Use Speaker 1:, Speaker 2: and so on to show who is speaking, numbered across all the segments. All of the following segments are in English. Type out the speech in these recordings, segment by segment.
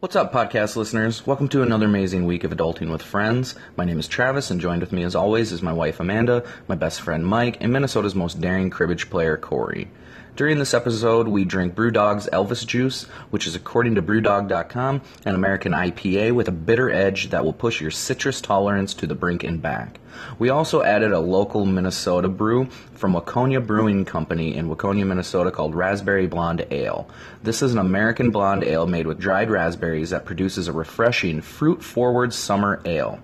Speaker 1: What's up, podcast listeners? Welcome to another amazing week of Adulting with Friends. My name is Travis, and joined with me, as always, is my wife Amanda, my best friend Mike, and Minnesota's most daring cribbage player Corey. During this episode, we drink Brewdog's Elvis Juice, which is, according to Brewdog.com, an American IPA with a bitter edge that will push your citrus tolerance to the brink and back. We also added a local Minnesota brew from Waconia Brewing Company in Waconia, Minnesota called Raspberry Blonde Ale. This is an American blonde ale made with dried raspberries that produces a refreshing, fruit forward summer ale.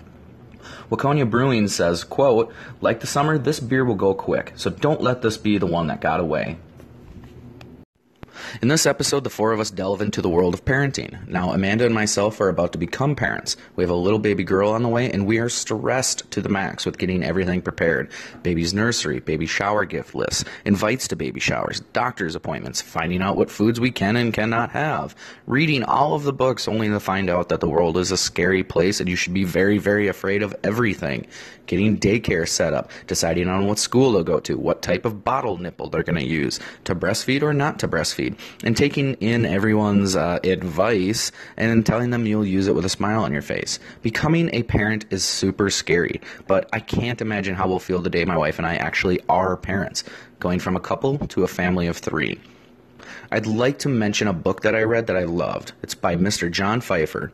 Speaker 1: Waconia Brewing says, quote, like the summer, this beer will go quick, so don't let this be the one that got away. In this episode, the four of us delve into the world of parenting. Now, Amanda and myself are about to become parents. We have a little baby girl on the way, and we are stressed to the max with getting everything prepared baby's nursery, baby shower gift lists, invites to baby showers, doctor's appointments, finding out what foods we can and cannot have, reading all of the books only to find out that the world is a scary place and you should be very, very afraid of everything, getting daycare set up, deciding on what school to go to, what type of bottle nipple they're going to use, to breastfeed or not to breastfeed, and taking in everyone's uh, advice and telling them you'll use it with a smile on your face. Becoming a parent is super scary, but I can't imagine how we'll feel the day my wife and I actually are parents, going from a couple to a family of three. I'd like to mention a book that I read that I loved. It's by Mr. John Pfeiffer.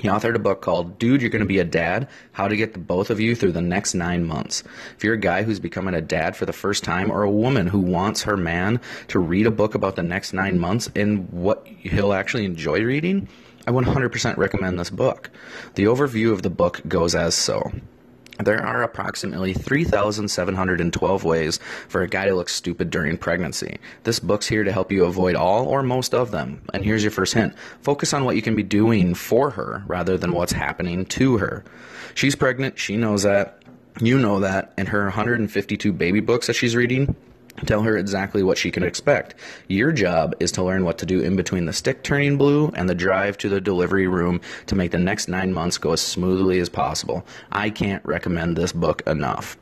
Speaker 1: He authored a book called Dude, You're Gonna Be a Dad How to Get the Both of You Through the Next Nine Months. If you're a guy who's becoming a dad for the first time or a woman who wants her man to read a book about the next nine months and what he'll actually enjoy reading, I 100% recommend this book. The overview of the book goes as so. There are approximately 3,712 ways for a guy to look stupid during pregnancy. This book's here to help you avoid all or most of them. And here's your first hint focus on what you can be doing for her rather than what's happening to her. She's pregnant, she knows that, you know that, and her 152 baby books that she's reading. Tell her exactly what she can expect. Your job is to learn what to do in between the stick turning blue and the drive to the delivery room to make the next nine months go as smoothly as possible. I can't recommend this book enough.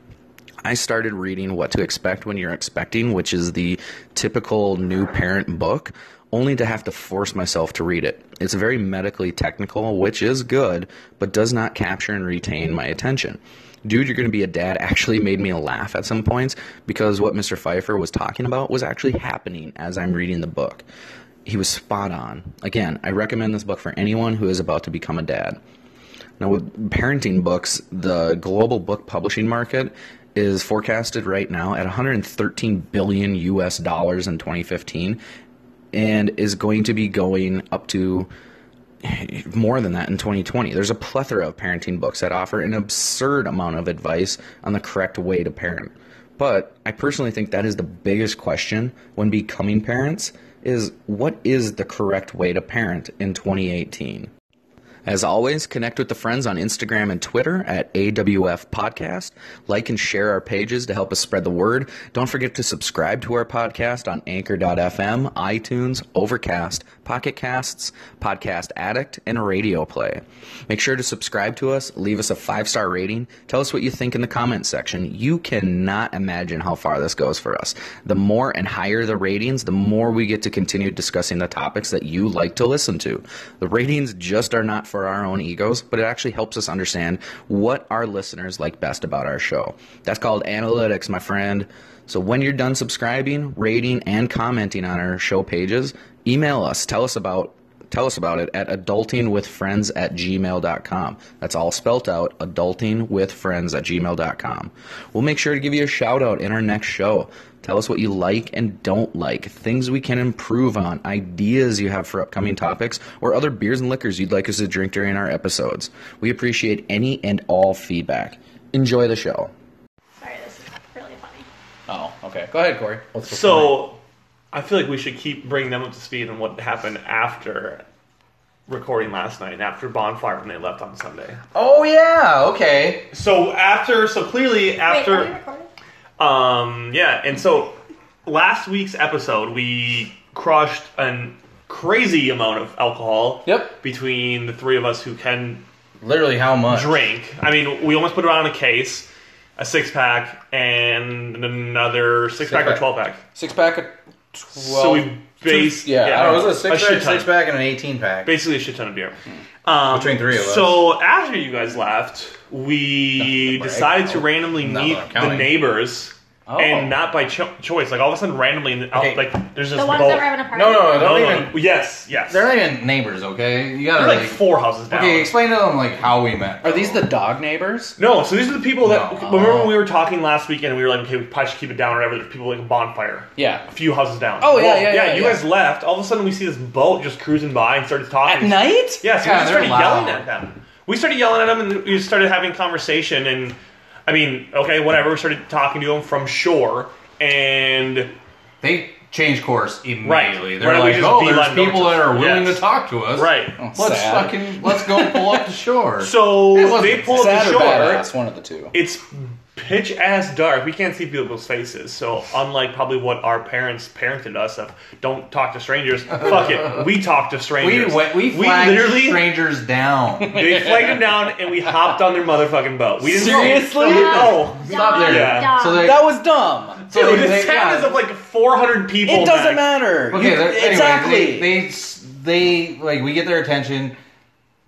Speaker 1: I started reading What to Expect When You're Expecting, which is the typical new parent book, only to have to force myself to read it. It's very medically technical, which is good, but does not capture and retain my attention. Dude, You're Gonna Be a Dad actually made me laugh at some points because what Mr. Pfeiffer was talking about was actually happening as I'm reading the book. He was spot on. Again, I recommend this book for anyone who is about to become a dad. Now, with parenting books, the global book publishing market is forecasted right now at 113 billion US dollars in 2015 and is going to be going up to more than that in 2020. There's a plethora of parenting books that offer an absurd amount of advice on the correct way to parent. But I personally think that is the biggest question when becoming parents is what is the correct way to parent in 2018? As always, connect with the friends on Instagram and Twitter at AWF Podcast. Like and share our pages to help us spread the word. Don't forget to subscribe to our podcast on Anchor.fm, iTunes, Overcast, Pocket Casts, Podcast Addict, and Radio Play. Make sure to subscribe to us, leave us a five star rating, tell us what you think in the comment section. You cannot imagine how far this goes for us. The more and higher the ratings, the more we get to continue discussing the topics that you like to listen to. The ratings just are not for our own egos, but it actually helps us understand what our listeners like best about our show. That's called analytics, my friend. So when you're done subscribing, rating, and commenting on our show pages, email us. Tell us about tell us about it at adultingwithfriends at gmail.com. That's all spelt out, adultingwithfriends at gmail.com. We'll make sure to give you a shout out in our next show. Tell us what you like and don't like, things we can improve on, ideas you have for upcoming topics, or other beers and liquors you'd like us to drink during our episodes. We appreciate any and all feedback. Enjoy the show.
Speaker 2: Sorry, this is really funny.
Speaker 1: Oh, okay. Go ahead, Corey.
Speaker 3: So, I feel like we should keep bringing them up to speed on what happened after recording last night, and after Bonfire when they left on Sunday.
Speaker 1: oh yeah, okay.
Speaker 3: So after, so clearly after,
Speaker 2: Wait, are we recording?
Speaker 3: um, yeah, and so last week's episode we crushed an crazy amount of alcohol.
Speaker 1: Yep.
Speaker 3: Between the three of us who can
Speaker 1: Literally, how much?
Speaker 3: drink, I mean, we almost put around a case, a six pack, and another six pack or
Speaker 1: Six-pack.
Speaker 3: twelve pack.
Speaker 1: Six pack of twelve.
Speaker 3: So we base.
Speaker 4: Yeah, I don't know, it was a six,
Speaker 3: shit
Speaker 4: pack,
Speaker 3: ton.
Speaker 4: six pack and an 18 pack.
Speaker 3: Basically, a shit ton of beer. Um,
Speaker 4: Hmm. Between three of us.
Speaker 3: So after you guys left, we
Speaker 4: Nothing to brag
Speaker 3: decided to
Speaker 4: about.
Speaker 3: randomly
Speaker 4: Not
Speaker 3: meet
Speaker 4: that I'm
Speaker 3: the
Speaker 4: counting.
Speaker 3: neighbors,
Speaker 4: Oh.
Speaker 3: and not by cho- choice. Like all of a sudden, randomly, in the- out,
Speaker 4: Okay.
Speaker 3: like there's just
Speaker 2: The ones
Speaker 3: both.
Speaker 2: that were having a party.
Speaker 4: No, no,
Speaker 3: no,
Speaker 4: Don't
Speaker 3: no,
Speaker 4: even-
Speaker 3: no. Yes, yes.
Speaker 4: They're not even neighbors, okay? You gotta
Speaker 3: They're
Speaker 4: like,
Speaker 3: like four houses down.
Speaker 4: okay, explain to them like how we met.
Speaker 5: Are these the dog neighbors?
Speaker 3: No, so these are the people that
Speaker 4: No.
Speaker 3: remember when we were talking last weekend and we were like, okay, we probably should keep it down or whatever. There's people like a bonfire.
Speaker 5: Yeah.
Speaker 3: A few houses down.
Speaker 5: Oh, yeah,
Speaker 3: Well,
Speaker 5: yeah, yeah,
Speaker 3: you
Speaker 5: yeah.
Speaker 3: guys left. All of a sudden, we see this boat just cruising by and started talking.
Speaker 5: At night?
Speaker 3: Yeah, so we just
Speaker 4: Yeah, they're
Speaker 3: started
Speaker 4: loud.
Speaker 3: yelling at them. We started yelling at them and we started having conversation and I mean, okay, whatever. We started talking to them from shore and
Speaker 4: They change course immediately.
Speaker 3: Right.
Speaker 4: They're
Speaker 3: Right, we
Speaker 4: like,
Speaker 3: just
Speaker 4: oh,
Speaker 3: beeline
Speaker 4: there's people
Speaker 3: over to
Speaker 4: that are
Speaker 3: us."
Speaker 4: willing
Speaker 3: Yes.
Speaker 4: to talk to us.
Speaker 3: right.
Speaker 4: Let's
Speaker 5: Oh, Sad.
Speaker 4: fucking let's go pull up the shore. It
Speaker 3: So
Speaker 4: wasn't
Speaker 3: they pull up
Speaker 5: Sad
Speaker 3: to shore.
Speaker 5: or badass? One of the two.
Speaker 3: it's pitch ass dark. We can't see people's faces. So unlike probably what our parents parented us of, don't talk to strangers. Fuck it, we talk to
Speaker 4: we
Speaker 3: strangers.
Speaker 4: went, we flagged
Speaker 3: literally
Speaker 4: strangers down.
Speaker 3: they flagged them down and we hopped on their motherfucking boat. We didn't
Speaker 5: Seriously?
Speaker 2: Oh,
Speaker 3: No.
Speaker 4: Stop there.
Speaker 3: Yeah.
Speaker 4: So they,
Speaker 5: That was dumb.
Speaker 4: so
Speaker 3: Dude,
Speaker 4: they-
Speaker 3: this
Speaker 4: they-
Speaker 3: town
Speaker 4: yeah.
Speaker 3: is of like 400 people.
Speaker 5: It doesn't
Speaker 3: max.
Speaker 5: matter.
Speaker 4: Okay,
Speaker 5: You-
Speaker 4: they're- anyway,
Speaker 5: exactly.
Speaker 4: They, they s- they like we get their attention.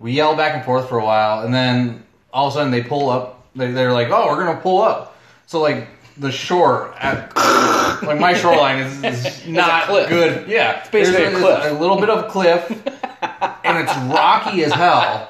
Speaker 4: We yell back and forth for a while, and then all of a sudden they pull up. They, they're like, "Oh, we're gonna pull up." So like the shore, at, like my shoreline is, is not
Speaker 5: cliff.
Speaker 4: good. Yeah, it's
Speaker 5: basically a cliff.
Speaker 4: a little bit of a cliff, and it's rocky as hell.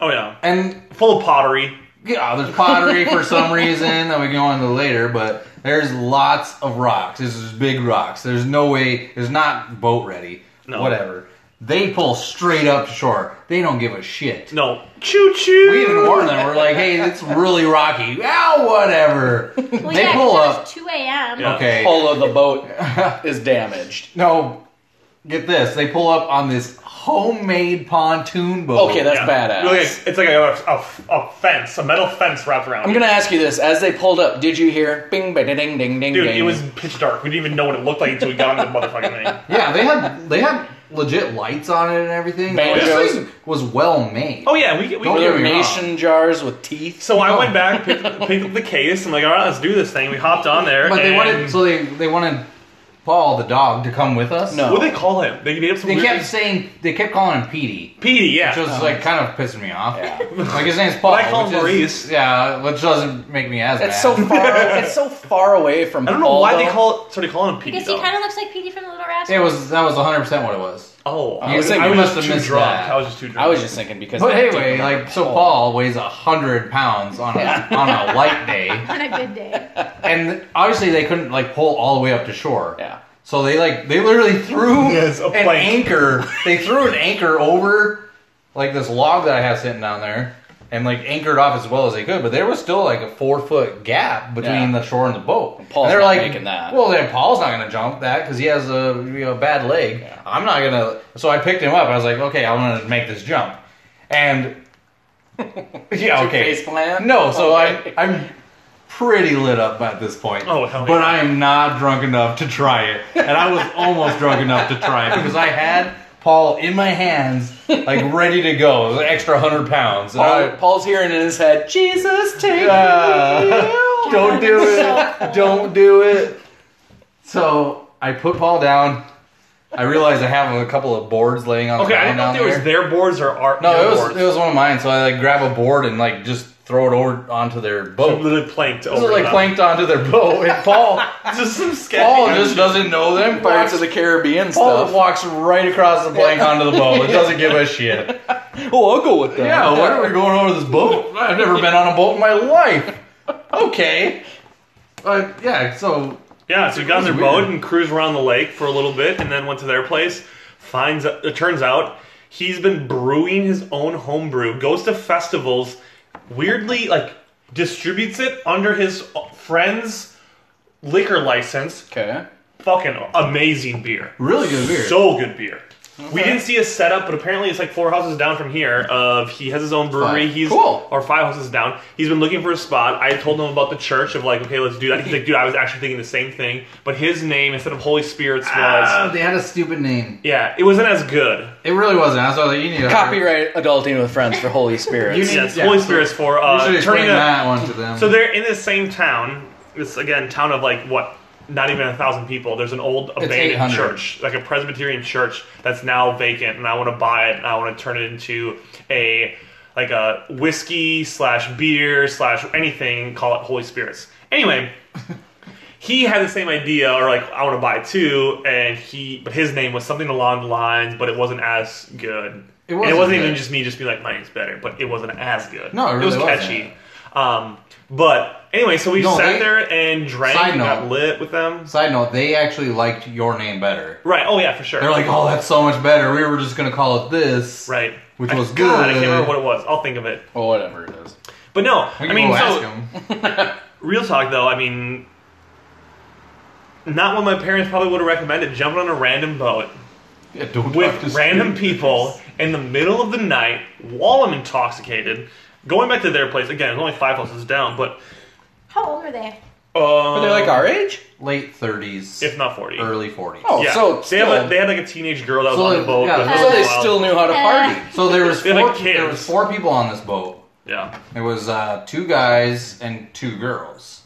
Speaker 3: Oh yeah,
Speaker 4: And
Speaker 3: full of pottery.
Speaker 4: yeah, there's pottery for some reason that we go into later, but there's lots of rocks. This is big rocks. There's no way. There's not boat ready.
Speaker 3: No.
Speaker 4: Whatever. They pull straight up to shore. They don't give a shit.
Speaker 3: No, choo choo.
Speaker 4: We even warn them. We're like, hey, it's really rocky. Ah, whatever.
Speaker 2: Well,
Speaker 4: they
Speaker 2: yeah, 'cause
Speaker 4: pull
Speaker 2: it was
Speaker 4: up.
Speaker 2: 2 a.m.
Speaker 3: Yeah.
Speaker 4: Okay.
Speaker 5: Although the boat is damaged.
Speaker 4: No. Get this. They pull up on this homemade pontoon boat.
Speaker 5: Okay, that's badass.
Speaker 3: Really, it's like a, a, a fence, a metal fence wrapped around.
Speaker 5: I'm
Speaker 3: it.
Speaker 5: gonna ask you this: as they pulled up, did you hear bing, bing, ding, ding, ding, ding?
Speaker 3: Dude, it was pitch dark. We didn't even know what it looked like until we got on the motherfucking thing.
Speaker 4: yeah. They had they had legit lights on it and everything.
Speaker 5: Banjos.
Speaker 4: This thing was well made.
Speaker 3: Oh yeah, we we.
Speaker 4: Don't
Speaker 5: Were
Speaker 4: get
Speaker 5: there
Speaker 4: me wrong.
Speaker 5: mason jars with teeth?
Speaker 3: So I went back, picked, up- picked up the case. I'm like, all right, let's do this thing. We hopped on there.
Speaker 4: But they
Speaker 3: and-
Speaker 4: wanted, so they they wanted Paul the dog to come with us.
Speaker 5: No.
Speaker 3: What did they call him? They made up some.
Speaker 4: they
Speaker 3: weird
Speaker 4: kept saying they kept calling him Petey,
Speaker 3: Petey. Yeah.
Speaker 4: which was like kind of pissing me off.
Speaker 5: Oh. Yeah.
Speaker 4: Like his name's Paul.
Speaker 3: But I call him
Speaker 4: which is-
Speaker 3: Maurice.
Speaker 4: Yeah, which doesn't make me as
Speaker 5: It's so
Speaker 4: mad.
Speaker 5: far. it's so far away from.
Speaker 3: I don't know why they call started calling him Petey.
Speaker 2: Because he
Speaker 3: though.
Speaker 2: kind of looks like Petey from The Little Rascal.
Speaker 4: It was that was 100 percent what it was.
Speaker 3: oh, I
Speaker 5: You
Speaker 3: was,
Speaker 5: think
Speaker 3: I
Speaker 5: you
Speaker 3: was
Speaker 4: must
Speaker 3: just
Speaker 4: have
Speaker 3: too
Speaker 4: missed
Speaker 3: drunk.
Speaker 4: that.
Speaker 3: I was just too drunk.
Speaker 5: I was just thinking because.
Speaker 4: But
Speaker 5: they
Speaker 4: anyway,
Speaker 5: didn't
Speaker 4: like so
Speaker 5: recall.
Speaker 4: Paul weighs hundred pounds on a on a light day,
Speaker 2: on a good day.
Speaker 4: and obviously they couldn't like pull all the way up to shore.
Speaker 5: Yeah.
Speaker 4: So they like they literally threw
Speaker 3: Yes, a
Speaker 4: an
Speaker 3: plank.
Speaker 4: anchor. They threw an anchor over like this log that I have sitting down there, and like anchored off as well as they could. But there was still like a four foot gap between
Speaker 5: Yeah.
Speaker 4: the shore and the boat. And
Speaker 5: Paul's
Speaker 4: they were
Speaker 5: not making that.
Speaker 4: Well, then Paul's not going to jump that because he has a you know, bad leg. I'm not going to. So I picked him up. I was like, okay, I'm going to make this jump, and yeah,
Speaker 5: Your
Speaker 4: okay.
Speaker 5: face plant?
Speaker 4: No, so
Speaker 5: Okay.
Speaker 4: I I'm pretty lit up at this point.
Speaker 3: Oh, hell yeah.
Speaker 4: But I am not drunk enough to try it. And I was almost drunk enough to try it because I had Paul in my hands, like ready to go. It was an extra 100 pounds. And
Speaker 5: Paul,
Speaker 3: uh,
Speaker 4: I-
Speaker 5: Paul's hearing in his head, Jesus, take me.
Speaker 4: Ah, don't do
Speaker 2: So
Speaker 4: it.
Speaker 2: cool.
Speaker 4: Don't do it. So I put Paul down. I realized I have a couple of boards laying on
Speaker 3: okay.
Speaker 4: the
Speaker 3: I didn't
Speaker 4: ground
Speaker 3: know
Speaker 4: down
Speaker 3: if it was
Speaker 4: there.
Speaker 3: their boards or our
Speaker 4: No,
Speaker 3: your
Speaker 4: it was
Speaker 3: boards.
Speaker 4: it was one of mine. So I like grab a board and like just throw it over onto their boat. This
Speaker 3: literally planked
Speaker 4: is
Speaker 3: over
Speaker 4: like
Speaker 3: them.
Speaker 4: planked onto their boat. And Paul,
Speaker 3: Just some sketchy.
Speaker 4: Paul just doesn't know them. Walks,
Speaker 5: Pirates of the Caribbean
Speaker 4: Paul
Speaker 5: stuff.
Speaker 4: walks right across the plank onto the boat. It doesn't give a shit.
Speaker 5: Oh, I'll go with that.
Speaker 4: Yeah, why are we going over this boat? I've never been on a boat in my life. Okay. Uh, yeah, so
Speaker 3: Yeah, so we got on their
Speaker 4: Weird.
Speaker 3: boat and cruised around the lake for a little bit, and then went to their place. Finds it turns out he's been brewing his own homebrew. Goes to festivals, weirdly like distributes it under his friend's liquor license.
Speaker 5: Okay.
Speaker 3: Fucking amazing beer,
Speaker 4: really good beer.
Speaker 3: so good beer. We didn't see a setup, but apparently it's like four houses down from here. Of he has his own brewery.
Speaker 4: Five.
Speaker 3: He's
Speaker 5: Cool.
Speaker 3: or five houses down. He's been looking for a spot. I told him about the church of like, okay, let's do that. He's like, dude, I was actually thinking the same thing, but his name instead of Holy Spirits was
Speaker 4: Ah, they had a stupid name.
Speaker 3: yeah, it wasn't as good.
Speaker 4: It really wasn't. I was like, you need to
Speaker 5: Copyright adulting with friends for Holy Spirit.
Speaker 4: You need-
Speaker 3: Yes,
Speaker 4: yeah,
Speaker 3: Holy
Speaker 4: so
Speaker 3: Spirits for
Speaker 4: You should
Speaker 3: uh,
Speaker 4: explain
Speaker 3: turning the
Speaker 4: Um, that one to them.
Speaker 3: So they're in the same town. This again, town of like what not even a thousand people. There's an old abandoned
Speaker 4: 800.
Speaker 3: church, like a Presbyterian church, that's now vacant, and I want to buy it, and I want to turn it into a like a whiskey slash beer slash anything. Call it Holy Spirits. Anyway, he had the same idea, or like I want to buy it too, and he, but his name was something along the lines, but it wasn't as good.
Speaker 4: It
Speaker 3: And
Speaker 4: wasn't good.
Speaker 3: even just me just being like, my name's better, but it wasn't as good.
Speaker 4: No, it really
Speaker 3: was
Speaker 4: wasn't.
Speaker 3: catchy. Um, but anyway, so we
Speaker 4: No,
Speaker 3: sat
Speaker 4: they-
Speaker 3: there and drank
Speaker 4: Side
Speaker 3: and got
Speaker 4: note.
Speaker 3: lit with them.
Speaker 4: Side note, they actually liked your name better.
Speaker 3: Right? Oh yeah, for sure.
Speaker 4: They're like, oh, that's so much better. We were just gonna call it this.
Speaker 3: right,
Speaker 4: Which
Speaker 3: I-
Speaker 4: was
Speaker 3: God,
Speaker 4: good.
Speaker 3: I can't remember what it was. I'll think of it.
Speaker 4: Or whatever it is.
Speaker 3: But no,
Speaker 4: We
Speaker 3: I mean,
Speaker 4: will
Speaker 3: so
Speaker 4: ask them.
Speaker 3: real talk though, I mean, not what my parents probably would have recommended. Jumping on a random boat.
Speaker 4: Yeah, don't talk
Speaker 3: with
Speaker 4: to
Speaker 3: random
Speaker 4: strangers.
Speaker 3: people in the middle of the night while I'm intoxicated. Going back to their place again, it's only five houses down, but
Speaker 2: How old were they?
Speaker 3: uh,
Speaker 5: Are they like our age?
Speaker 4: Late thirties,
Speaker 3: if not forty.
Speaker 4: early forties.
Speaker 5: Oh,
Speaker 3: yeah,
Speaker 5: so
Speaker 3: they have
Speaker 5: still-
Speaker 3: a, they had like a teenage girl that was
Speaker 4: So,
Speaker 3: on the boat.
Speaker 4: yeah,
Speaker 3: with her
Speaker 5: So
Speaker 3: for a
Speaker 5: they
Speaker 3: while.
Speaker 5: still knew how to party.
Speaker 4: So there was
Speaker 3: They're
Speaker 4: four,
Speaker 3: like kids.
Speaker 4: there was four people on this boat.
Speaker 3: Yeah,
Speaker 4: It was uh, two guys and two girls.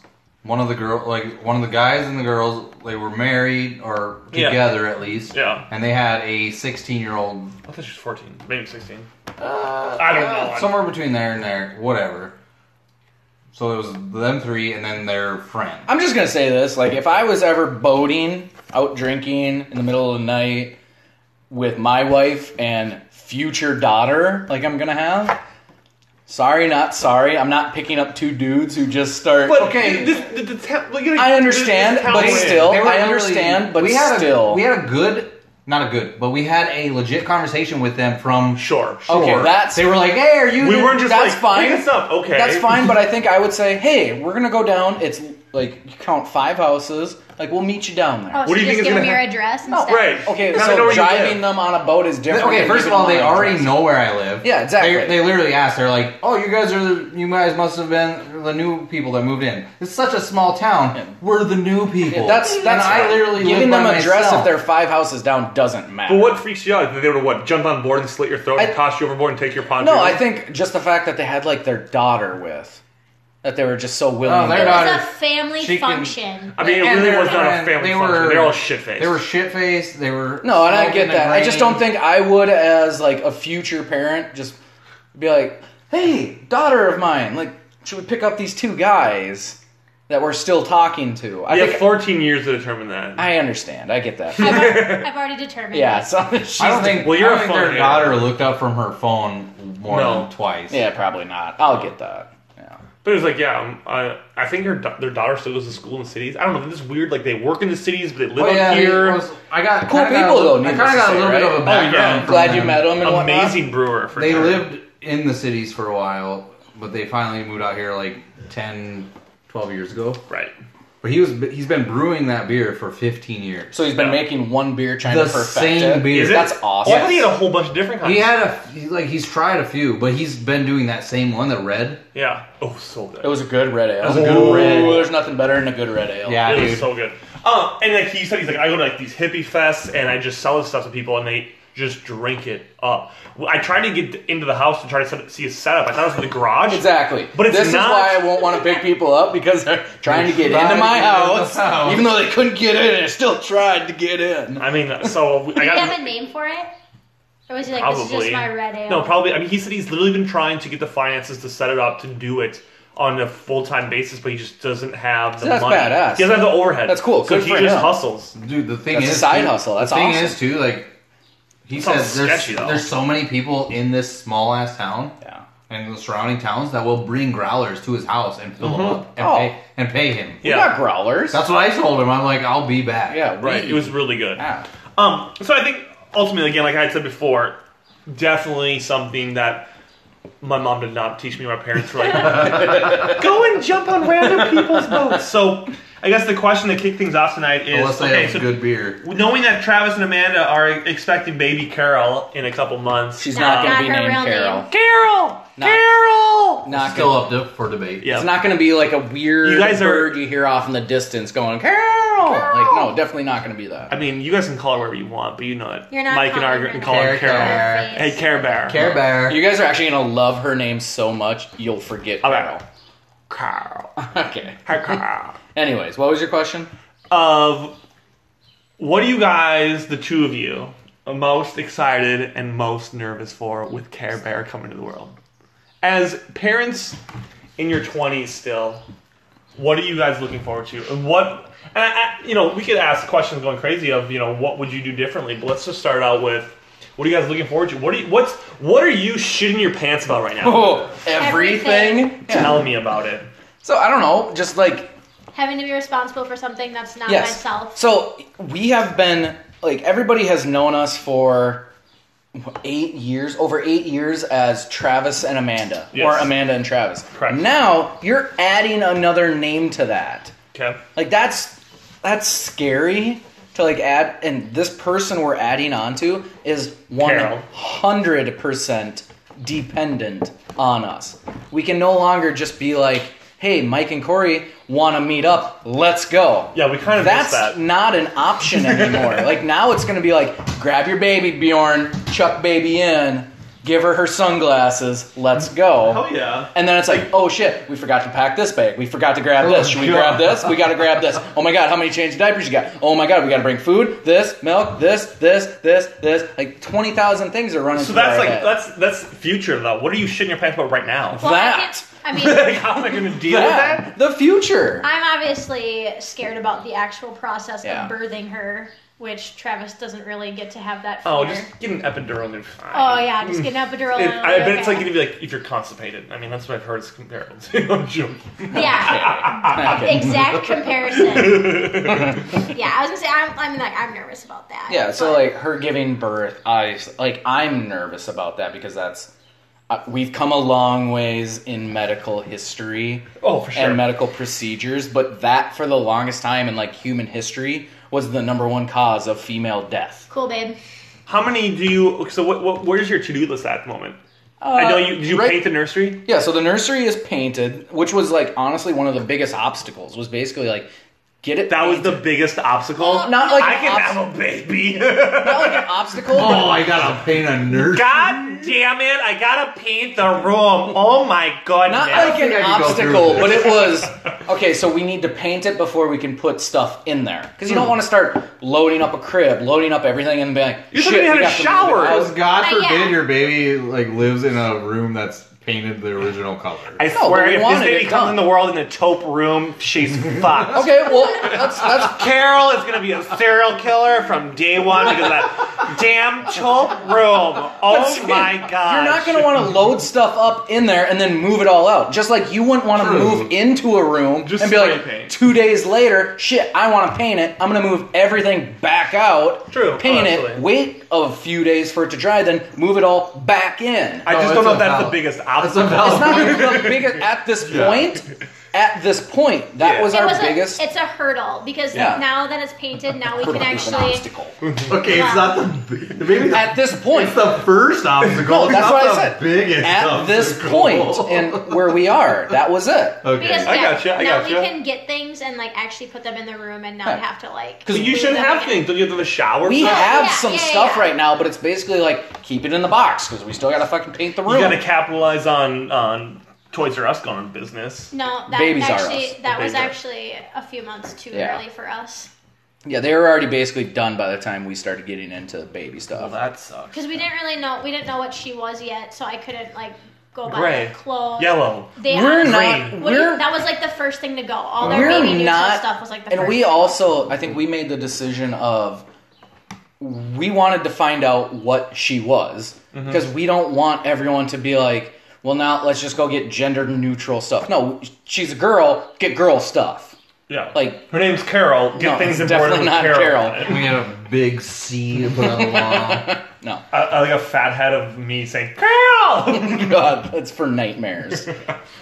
Speaker 4: One of the girl, like one of the guys and the girls, they were married or
Speaker 3: Yeah.
Speaker 4: together at least.
Speaker 3: Yeah.
Speaker 4: And they had a 16 year old,
Speaker 3: I think she's fourteen, maybe sixteen.
Speaker 5: Uh,
Speaker 3: I don't know.
Speaker 4: somewhere between there and there, whatever. So it was them three and then their friend.
Speaker 5: I'm just gonna say this: like, if I was ever boating, out drinking in the middle of the night with my wife and future daughter, like I'm gonna have. Sorry, not sorry. I'm not picking up two dudes who just start.
Speaker 3: But
Speaker 4: Okay.
Speaker 3: this, this, this, this, like, this-
Speaker 5: I understand,
Speaker 3: this town
Speaker 5: but
Speaker 3: is-
Speaker 5: still-
Speaker 4: They were
Speaker 5: I understand, but
Speaker 4: we had
Speaker 5: still.
Speaker 4: a, we had a good, not a good, but we had a legit conversation with them from
Speaker 3: sure. sure.
Speaker 5: Okay, that's-
Speaker 4: they were like, hey, are you?
Speaker 3: We
Speaker 4: the-"
Speaker 3: weren't just
Speaker 5: That's
Speaker 3: like,
Speaker 5: fine.
Speaker 3: Pick us up. Okay,
Speaker 5: That's fine, but I think I would say, hey, we're gonna go down. It's like you count five houses. Like we'll meet you down there.
Speaker 2: Oh,
Speaker 3: What do
Speaker 2: so
Speaker 3: you think
Speaker 2: just
Speaker 3: is
Speaker 2: give
Speaker 3: gonna
Speaker 2: them your
Speaker 3: happen? Oh,
Speaker 2: address and
Speaker 5: No,
Speaker 2: stuff?
Speaker 3: right.
Speaker 5: Okay,
Speaker 3: Now they know
Speaker 5: so
Speaker 3: where you
Speaker 5: driving
Speaker 3: live.
Speaker 5: them on a boat is different.
Speaker 4: Okay,
Speaker 5: than
Speaker 4: first of
Speaker 5: leaving
Speaker 4: all, they
Speaker 5: them on a
Speaker 4: already
Speaker 5: dress.
Speaker 4: know where I live.
Speaker 5: Yeah, exactly.
Speaker 4: They, they literally asked. They're like, "Oh, you guys are the, you guys must have been the new people that moved in. It's such a small town. We're the new people.
Speaker 5: That's
Speaker 4: And
Speaker 5: that's
Speaker 4: I literally
Speaker 5: giving
Speaker 4: live
Speaker 5: them
Speaker 4: by
Speaker 5: a dress
Speaker 4: myself.
Speaker 5: if they're five houses down doesn't matter.
Speaker 3: But what freaks you out? is that They would what jump on board and slit your throat
Speaker 5: I-
Speaker 3: and toss you overboard and take your poncho.
Speaker 5: No, I think just the fact that they had like their daughter with, that they were just so willing.
Speaker 4: Oh, they're
Speaker 5: to-
Speaker 2: It was
Speaker 4: daughter-
Speaker 2: a family
Speaker 4: she can-
Speaker 2: function.
Speaker 3: I mean, it
Speaker 4: And
Speaker 3: really
Speaker 4: they're-
Speaker 3: was not a
Speaker 4: and
Speaker 3: family
Speaker 4: they
Speaker 3: function.
Speaker 4: were-
Speaker 3: They were all shit faced.
Speaker 4: They were shit faced. They were
Speaker 5: No, and I
Speaker 4: smoking
Speaker 5: get that. I just don't
Speaker 4: drinking.
Speaker 5: think I would, as like a future parent, just be like, "Hey, daughter of mine, like, should we pick up these two guys that we're still talking to?" I
Speaker 3: They have
Speaker 5: think
Speaker 3: 14 years to determine that.
Speaker 5: I understand. I get that.
Speaker 2: I've, already, I've already determined.
Speaker 5: yeah, so she's
Speaker 4: I don't think.
Speaker 3: Well, you're
Speaker 4: I don't
Speaker 3: a
Speaker 4: think
Speaker 3: phone
Speaker 4: their
Speaker 3: hater.
Speaker 4: daughter looked up from her phone more
Speaker 3: No.
Speaker 4: than twice.
Speaker 5: Yeah, probably not. I'll get that. Yeah.
Speaker 3: But it was like, yeah, um, I, I think her da- their daughter still goes to school in the cities. I don't know. This is weird. Like they work in the cities, but they live
Speaker 5: Oh,
Speaker 3: up
Speaker 4: But Oh, yeah, I mean,
Speaker 3: here.
Speaker 4: it was- I got
Speaker 5: Cool
Speaker 4: kinda got a
Speaker 5: people,
Speaker 4: little- I
Speaker 5: though,
Speaker 4: kind
Speaker 5: needless
Speaker 4: of
Speaker 5: to
Speaker 4: got a
Speaker 5: say,
Speaker 4: little bit
Speaker 5: right?
Speaker 4: of a
Speaker 5: Oh,
Speaker 3: yeah.
Speaker 4: background. from
Speaker 5: Glad you
Speaker 4: them.
Speaker 5: met him and whatnot.
Speaker 3: Amazing brewer. For
Speaker 4: They
Speaker 3: sure.
Speaker 4: lived in the cities for a while, but they finally moved out here like 10, 12 years ago.
Speaker 3: right.
Speaker 4: But he was he's been brewing that beer for 15 years.
Speaker 5: So he's been
Speaker 3: Yeah.
Speaker 5: making one beer trying
Speaker 4: The
Speaker 5: to perfect
Speaker 4: same
Speaker 5: it.
Speaker 4: beer.
Speaker 3: Is it?
Speaker 5: That's awesome.
Speaker 3: Well, I thought he had a whole bunch of different kinds.
Speaker 4: He had a he- like he's tried a few, but he's been doing that same one, the red.
Speaker 3: Yeah. Oh, so good.
Speaker 5: It was a good red ale. It
Speaker 4: was a good red ale.
Speaker 5: There's nothing better than a good red ale.
Speaker 4: Yeah,
Speaker 3: It was
Speaker 4: dude.
Speaker 3: so good. Uh, and like he said, he's like, I go to like these hippie fests and I just sell this stuff to people and they just drink it up. Well, I tried to get into the house to try to set, see his setup. I thought it was in the garage.
Speaker 5: Exactly.
Speaker 3: But it's
Speaker 5: this
Speaker 3: not.
Speaker 5: is why I won't want to pick people up because they're trying to get
Speaker 4: Trying
Speaker 5: into
Speaker 4: to
Speaker 5: my
Speaker 4: get in the
Speaker 5: house,
Speaker 4: house.
Speaker 5: even though they couldn't get in. They still tried to get in.
Speaker 3: I mean, so I
Speaker 2: Did
Speaker 3: got
Speaker 2: he have a name for it? Or was he like, this is
Speaker 3: Probably.
Speaker 2: just my red ale?
Speaker 3: No, probably. I mean, he said he's literally been trying to get the finances to set it up to do it on a full time basis, but he just doesn't have the
Speaker 5: that's
Speaker 3: money.
Speaker 5: badass.
Speaker 3: He doesn't have the overhead.
Speaker 5: That's cool.
Speaker 3: So
Speaker 5: Good
Speaker 3: he
Speaker 5: for
Speaker 3: just
Speaker 5: him.
Speaker 3: hustles.
Speaker 4: Dude, the thing
Speaker 5: That's a
Speaker 4: is
Speaker 5: side
Speaker 4: too-
Speaker 5: hustle. That's
Speaker 4: the thing
Speaker 5: awesome.
Speaker 4: is too like he said
Speaker 3: Sounds
Speaker 4: there's
Speaker 3: sketchy, though.
Speaker 4: there's so many people in this small ass town
Speaker 5: Yeah.
Speaker 4: and the surrounding towns that will bring growlers to his house and fill them up and
Speaker 5: Oh.
Speaker 4: pay and pay him.
Speaker 5: We
Speaker 3: Yeah.
Speaker 5: got growlers.
Speaker 4: That's what I told him. I'm like, I'll be back.
Speaker 5: yeah, we-
Speaker 3: Right. It was really good.
Speaker 5: Yeah.
Speaker 3: Um. So I think ultimately, again, like I had said before, definitely something that my mom did not teach me. My parents were like, "Go and jump on random people's boats." So I guess the question to kick things off tonight is:
Speaker 4: Unless they
Speaker 3: okay,
Speaker 4: have
Speaker 3: so
Speaker 4: good beer.
Speaker 3: knowing that Travis and Amanda are expecting baby Carol in a couple months,
Speaker 5: She's
Speaker 2: Not-
Speaker 5: not, going
Speaker 2: not
Speaker 5: to be
Speaker 2: her
Speaker 5: named
Speaker 2: real
Speaker 5: Carol.
Speaker 2: name.
Speaker 5: Carol! Carol! Not
Speaker 4: Still
Speaker 5: gonna,
Speaker 4: up to, for debate.
Speaker 3: Yeah.
Speaker 5: It's not going to be like a weird
Speaker 3: You guys are-
Speaker 5: bird you hear off in the distance going, Carol! Like, no, definitely not going to be that.
Speaker 3: I mean, you guys can call her whatever you want, but you know it.
Speaker 2: You're not
Speaker 3: Mike and I
Speaker 2: calling her
Speaker 3: are gonna call her
Speaker 4: that. Care
Speaker 3: Carol.
Speaker 4: Bear.
Speaker 2: Her
Speaker 3: Hey,
Speaker 2: face.
Speaker 3: Care Bear.
Speaker 4: Care Bear.
Speaker 5: You guys are actually going to love her name so much, you'll forget
Speaker 3: All
Speaker 5: Carol.
Speaker 3: right. Carl.
Speaker 5: Okay.
Speaker 3: Hi, Carl.
Speaker 5: Anyways, what was your question?
Speaker 3: of what are you guys, the two of you, are most excited and most nervous for with Care Bear coming to the world? As parents in your 20s still, what are you guys looking forward to? And what, and I, I, you know, we could ask questions going crazy of, you know, what would you do differently? But let's just start out with, what are you guys looking forward to? What are you, what's, what are you shitting your pants about right now?
Speaker 5: Oh, everything.
Speaker 2: Everything.
Speaker 5: Yeah.
Speaker 3: Tell me about it.
Speaker 5: So I don't know, just like
Speaker 2: Having to be responsible for something that's not
Speaker 5: yes.
Speaker 2: myself.
Speaker 5: So we have been like everybody has known us for what, eight years, over eight years as Travis and Amanda,
Speaker 3: Yes.
Speaker 5: or Amanda and Travis.
Speaker 3: Correct.
Speaker 5: Now you're adding another name to that.
Speaker 3: Okay.
Speaker 5: Like that's that's scary to like add, and this person we're adding onto is one
Speaker 3: Carol.
Speaker 5: hundred percent dependent on us. We can no longer just be like, "Hey, Mike and Corey want to meet up? Let's go."
Speaker 3: Yeah, we kind of
Speaker 5: That's
Speaker 3: missed that.
Speaker 5: not an option anymore. like now, it's going to be like, "Grab your baby, Bjorn. Chuck baby in. Give her her sunglasses. Let's go."
Speaker 3: Oh yeah.
Speaker 5: And then it's like, oh shit, we forgot to pack this bag. We forgot to grab
Speaker 6: Oh,
Speaker 5: this. Should we
Speaker 6: God.
Speaker 5: grab this? We gotta grab this. Oh my god, how many change of diapers you got? Oh my god, we gotta bring food, this, milk, this, this, this, this. Like 20,000 things are running
Speaker 3: So
Speaker 5: through
Speaker 3: that's
Speaker 5: our
Speaker 3: like
Speaker 5: head.
Speaker 3: that's that's future though. What are you shitting your pants about right now?
Speaker 2: Well, I
Speaker 5: that.
Speaker 2: can't- I mean,
Speaker 3: like, how am I gonna deal
Speaker 5: yeah,
Speaker 3: with that?
Speaker 5: the future.
Speaker 2: I'm obviously scared about the actual process
Speaker 5: Yeah.
Speaker 2: of birthing her, which Travis doesn't really get to have that fear.
Speaker 3: Oh, just get an epidural and you're fine.
Speaker 2: Oh, yeah, just get an epidural.
Speaker 3: It,
Speaker 2: and
Speaker 3: I bet it's
Speaker 2: okay.
Speaker 3: like gonna be like if you're constipated. I mean, that's what I've heard is comparable to. I'm joking.
Speaker 2: yeah,
Speaker 5: Okay.
Speaker 2: exact comparison. yeah, I was gonna say I'm, I'm like I'm nervous about that.
Speaker 5: Yeah, so
Speaker 2: but-
Speaker 5: like her giving birth, I like I'm nervous about that because that's uh, we've come a long ways in medical history.
Speaker 3: Oh, for sure.
Speaker 5: And medical procedures, but that for the longest time in like human history was the number one cause of female death.
Speaker 2: cool, babe.
Speaker 3: How many do you? So what? what where's your to do list at the moment? I know you. Did you
Speaker 5: Uh, right-
Speaker 3: paint the nursery?
Speaker 5: Yeah, so the nursery is painted, which was like honestly one of the biggest obstacles. Was basically like get it.
Speaker 3: That was the
Speaker 5: painted.
Speaker 3: biggest obstacle.
Speaker 5: Uh, not like
Speaker 3: I
Speaker 5: an
Speaker 3: can
Speaker 5: obs-
Speaker 3: have a baby.
Speaker 5: not like an obstacle.
Speaker 6: Oh, I gotta paint a nurse.
Speaker 3: God damn it! I gotta paint the room. Oh my goodness.
Speaker 5: not
Speaker 6: I
Speaker 5: like
Speaker 6: think
Speaker 5: an
Speaker 6: I could go through
Speaker 5: obstacle,
Speaker 6: with
Speaker 5: but
Speaker 6: this.
Speaker 5: it was okay. So we need to paint it before we can put stuff in there because you don't want to start loading up a crib, loading up everything, and be like,
Speaker 3: You
Speaker 5: shit,
Speaker 3: haven't even
Speaker 5: we
Speaker 3: had a
Speaker 5: got to move
Speaker 3: shower.
Speaker 5: it
Speaker 6: Because
Speaker 5: out."
Speaker 6: God
Speaker 2: Uh, yeah.
Speaker 6: forbid your baby like lives in a room that's painted the original color.
Speaker 3: I
Speaker 5: No, but
Speaker 3: swear,
Speaker 5: we
Speaker 3: if this
Speaker 5: wanted
Speaker 3: baby
Speaker 5: it
Speaker 3: comes in
Speaker 5: done.
Speaker 3: the world in a taupe room, she's fucked.
Speaker 5: Okay, well that's that's
Speaker 3: Carol is gonna be a serial killer from day one because of that damn taupe room. Oh my god!
Speaker 5: You're not going to want to load stuff up in there and then move it all out. Just like you wouldn't want to
Speaker 6: True.
Speaker 5: move into a room
Speaker 3: Just
Speaker 5: and be like,
Speaker 3: spray paint.
Speaker 5: two days later, shit, I want to paint it. I'm going to move everything back out,
Speaker 3: True,
Speaker 5: paint
Speaker 3: honestly.
Speaker 5: it, wait a few days for it to dry, then move it all back in.
Speaker 3: I
Speaker 6: No,
Speaker 3: just don't know
Speaker 6: it's
Speaker 3: if that's
Speaker 6: about-
Speaker 3: the biggest
Speaker 6: That's a
Speaker 3: obstacle.
Speaker 5: it's
Speaker 6: valid
Speaker 5: not
Speaker 6: point.
Speaker 5: even the biggest at this
Speaker 6: Yeah.
Speaker 5: point. At this point, that
Speaker 3: Yeah.
Speaker 5: was
Speaker 2: It
Speaker 5: our
Speaker 2: was
Speaker 5: biggest.
Speaker 2: A, it's a hurdle because
Speaker 5: Yeah.
Speaker 2: now that it's painted, now we
Speaker 5: hurdle,
Speaker 2: can
Speaker 5: it was an
Speaker 2: actually.
Speaker 5: obstacle.
Speaker 6: Okay, it's not the b- maybe it's-
Speaker 5: At this point,
Speaker 6: it's the first obstacle.
Speaker 5: No, that's
Speaker 6: it's not
Speaker 5: what I
Speaker 6: the
Speaker 5: said.
Speaker 6: Biggest
Speaker 5: at this
Speaker 6: obstacle.
Speaker 5: point, and where we are, that was it.
Speaker 6: okay.
Speaker 2: Because
Speaker 3: I
Speaker 2: yeah,
Speaker 3: gotcha, I
Speaker 2: now
Speaker 3: gotcha.
Speaker 2: we can get things and like actually put them in the room and not
Speaker 5: Yeah.
Speaker 2: have to like.
Speaker 5: 'Cause
Speaker 3: You
Speaker 2: move
Speaker 3: shouldn't
Speaker 2: them
Speaker 3: have
Speaker 2: again.
Speaker 3: things. Don't you have to have a shower?
Speaker 5: We
Speaker 3: first?
Speaker 5: have
Speaker 2: Oh, yeah,
Speaker 5: some
Speaker 2: yeah,
Speaker 5: stuff
Speaker 2: yeah.
Speaker 5: right now, but it's basically like keep it in the box because we still gotta fucking paint the room.
Speaker 3: You gotta capitalize on on Toys R Us going out of business.
Speaker 2: No, that
Speaker 5: Babies are
Speaker 2: actually
Speaker 5: us.
Speaker 2: that was
Speaker 3: Babies are-
Speaker 2: actually a few months too
Speaker 5: Yeah.
Speaker 2: early for us
Speaker 5: yeah, they were already basically done by the time we started getting into baby
Speaker 3: Well,
Speaker 5: stuff.
Speaker 3: that sucks.
Speaker 2: because we didn't really know we didn't know what she was yet, so I couldn't like go buy
Speaker 3: Gray.
Speaker 2: like, clothes.
Speaker 3: Yellow.
Speaker 2: They
Speaker 5: we're
Speaker 2: honestly-
Speaker 5: not.
Speaker 2: what do you-
Speaker 5: We're,
Speaker 2: that was like the first thing to go. All their baby
Speaker 5: we're
Speaker 2: neutral
Speaker 5: not.
Speaker 2: stuff was like the
Speaker 5: and
Speaker 2: first.
Speaker 5: we also, I think, we made the decision of we wanted to find out what she was
Speaker 3: Mm-hmm.
Speaker 5: because we don't want everyone to be like, well, now let's just go get gender neutral stuff. No, she's a girl. Get girl stuff.
Speaker 3: Yeah.
Speaker 5: Like-
Speaker 3: her name's Carol. Get
Speaker 5: No,
Speaker 3: things
Speaker 5: it's
Speaker 3: embroidered
Speaker 5: definitely
Speaker 3: with
Speaker 5: not
Speaker 3: Carol.
Speaker 5: Carol.
Speaker 3: on it.
Speaker 6: we had a big C to put on the wall.
Speaker 5: No,
Speaker 3: I, I like a fat head of me saying Carol.
Speaker 5: God, that's for nightmares.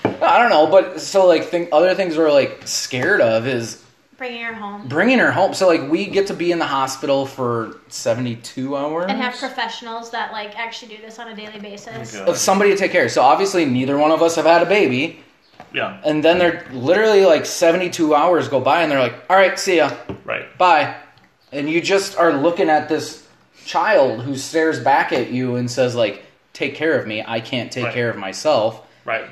Speaker 5: I don't know, but so like think other things we're like scared of is
Speaker 2: bringing her home
Speaker 5: bringing her home. So like we get to be in the hospital for seventy two hours
Speaker 2: and have professionals that like actually do this on a daily basis.
Speaker 3: Oh God.
Speaker 5: of somebody to take care. of. So obviously neither one of us have had a baby,
Speaker 3: yeah.
Speaker 5: and then they're literally like seventy two hours go by, and they're like, "All right, see ya,
Speaker 3: Right.
Speaker 5: bye," and you just are looking at this child who stares back at you and says like, "Take care of me. I can't take
Speaker 3: Right.
Speaker 5: care of myself."
Speaker 3: Right.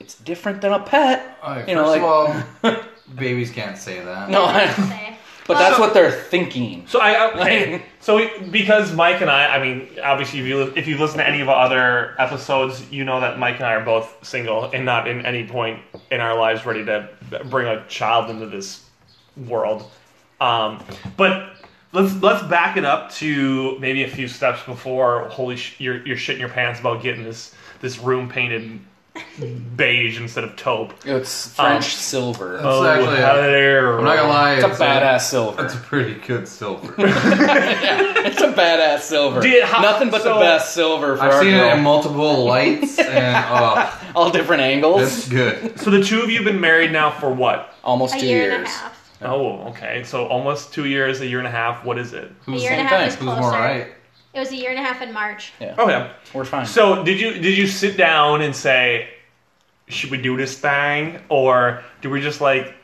Speaker 5: It's different than a pet.
Speaker 6: All right,
Speaker 5: You know,
Speaker 6: first
Speaker 5: like-
Speaker 6: of all, babies can't say that.
Speaker 5: No,
Speaker 2: I'd say.
Speaker 5: But that's
Speaker 3: So-
Speaker 5: what they're thinking.
Speaker 3: So I, I hey, so we, because Mike and I, I mean, obviously, if you if you listen to any of our other episodes, you know that Mike and I are both single and not in any point in our lives ready to bring a child into this world. Um, but let's let's back it up to maybe a few steps before holy sh- you're you're shitting your pants about getting this this room painted beige instead of taupe.
Speaker 5: It's French
Speaker 3: Um,
Speaker 5: silver.
Speaker 3: oh,
Speaker 6: actually a-
Speaker 3: hello.
Speaker 6: I'm not gonna lie,
Speaker 5: uh, it's a badass silver.
Speaker 6: That's a pretty good silver.
Speaker 5: It's a badass silver.
Speaker 3: Dude, how-
Speaker 5: Nothing but
Speaker 3: so-
Speaker 5: the best silver for
Speaker 6: I've
Speaker 5: our
Speaker 6: seen
Speaker 5: girl.
Speaker 6: it in multiple lights, and oh,
Speaker 5: all different angles.
Speaker 6: it's good.
Speaker 3: So the two of you have been married now for what?
Speaker 5: Almost
Speaker 2: A
Speaker 5: two
Speaker 2: year
Speaker 5: years.
Speaker 2: and a half.
Speaker 3: Oh, okay. So almost two years, a year and a half. What is it?
Speaker 2: A
Speaker 6: Who's,
Speaker 2: year and a
Speaker 5: same
Speaker 2: half
Speaker 5: thing.
Speaker 2: is
Speaker 6: who's
Speaker 2: closer.
Speaker 6: more right?
Speaker 2: It was a year and a half in March.
Speaker 3: Oh yeah.
Speaker 5: We're fine.
Speaker 3: So did you did you sit down and say, should we do this thing, or do we just like,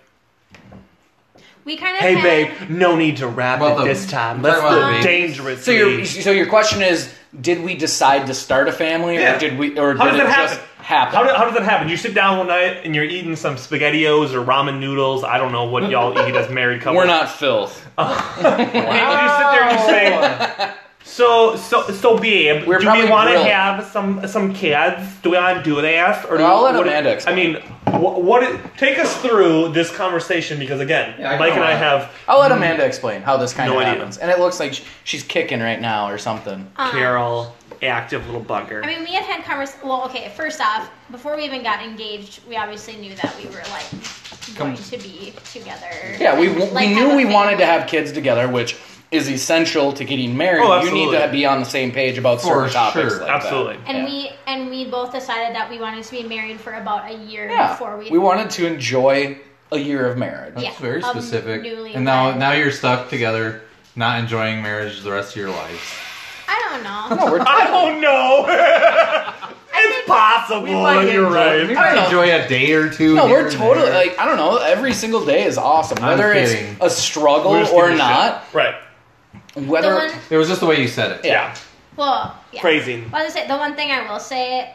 Speaker 2: We kind of
Speaker 3: hey
Speaker 2: had,
Speaker 3: babe, no need to wrap
Speaker 6: About
Speaker 3: it
Speaker 6: the-
Speaker 3: this time.
Speaker 6: I'm
Speaker 3: Let's
Speaker 6: talking about
Speaker 3: go
Speaker 6: the baby.
Speaker 3: dangerous.
Speaker 5: so your so your question is, did we decide to start a family, or
Speaker 3: Yeah.
Speaker 5: did we, or
Speaker 3: How
Speaker 5: did,
Speaker 3: did
Speaker 5: it
Speaker 3: that
Speaker 5: just
Speaker 3: happen?
Speaker 5: happen?
Speaker 3: how, did, how did that happen? You sit down one night and you're eating some spaghettios or ramen noodles. I don't know what y'all eat as married couples.
Speaker 5: We're not filth.
Speaker 3: And you sit there and you say, so so so babe,
Speaker 5: Oh. We're
Speaker 3: do we
Speaker 5: probably
Speaker 3: want to
Speaker 5: grilled.
Speaker 3: have some some kids? Do we want to do this? Or do
Speaker 5: I'll let
Speaker 3: what-
Speaker 5: Amanda
Speaker 3: I
Speaker 5: explain.
Speaker 3: mean, what, what it, take us through this conversation because again,
Speaker 6: Yeah, I
Speaker 3: Mike
Speaker 6: know
Speaker 3: and I
Speaker 6: why.
Speaker 3: have
Speaker 5: I'll let Amanda explain how this kind
Speaker 3: No
Speaker 5: of
Speaker 3: idea.
Speaker 5: happens, and it looks like sh- she's kicking right now or something.
Speaker 2: um,
Speaker 3: Carol, active little bugger.
Speaker 2: I mean, we had had convers. Well, okay. First off, before we even got engaged, we obviously knew that we were like going to be together.
Speaker 5: Yeah, we
Speaker 2: and,
Speaker 5: w-
Speaker 2: like,
Speaker 5: we
Speaker 2: have
Speaker 5: knew
Speaker 2: a
Speaker 5: we wanted to
Speaker 2: family.
Speaker 5: have kids together, which is essential to getting married.
Speaker 3: Oh,
Speaker 5: you need
Speaker 3: absolutely.
Speaker 5: to be on the same page about
Speaker 6: For
Speaker 5: certain topics.
Speaker 6: sure.
Speaker 5: Like that.
Speaker 3: Absolutely.
Speaker 2: And
Speaker 5: Yeah.
Speaker 2: we and we both decided that we wanted to be married for about a year
Speaker 5: Yeah,
Speaker 2: before we.
Speaker 5: we wanted to enjoy a year of marriage.
Speaker 2: Yeah.
Speaker 6: It's very
Speaker 2: Um,
Speaker 6: specific.
Speaker 2: newly
Speaker 6: and now,
Speaker 2: wed.
Speaker 6: now you're stuck together, not enjoying marriage the rest of your lives.
Speaker 2: I don't know.
Speaker 5: No, we're-
Speaker 3: I don't know. it's possible.
Speaker 6: might
Speaker 3: you're
Speaker 6: enjoy-
Speaker 3: right.
Speaker 6: We
Speaker 5: I
Speaker 6: might
Speaker 5: don't
Speaker 6: enjoy a day or two.
Speaker 5: No,
Speaker 6: here
Speaker 5: we're
Speaker 6: and
Speaker 5: totally
Speaker 6: there.
Speaker 5: like I don't know. Every single day is awesome,
Speaker 6: I'm
Speaker 5: whether it's
Speaker 6: kidding.
Speaker 5: a struggle
Speaker 6: We're just
Speaker 5: or
Speaker 6: giving a
Speaker 5: not.
Speaker 3: Right.
Speaker 2: the
Speaker 5: Whether
Speaker 2: one.
Speaker 6: It was just the way you said it.
Speaker 5: Yeah.
Speaker 3: Yeah.
Speaker 2: Well, yeah.
Speaker 3: Crazy.
Speaker 2: Well, I was gonna say the one thing I will say,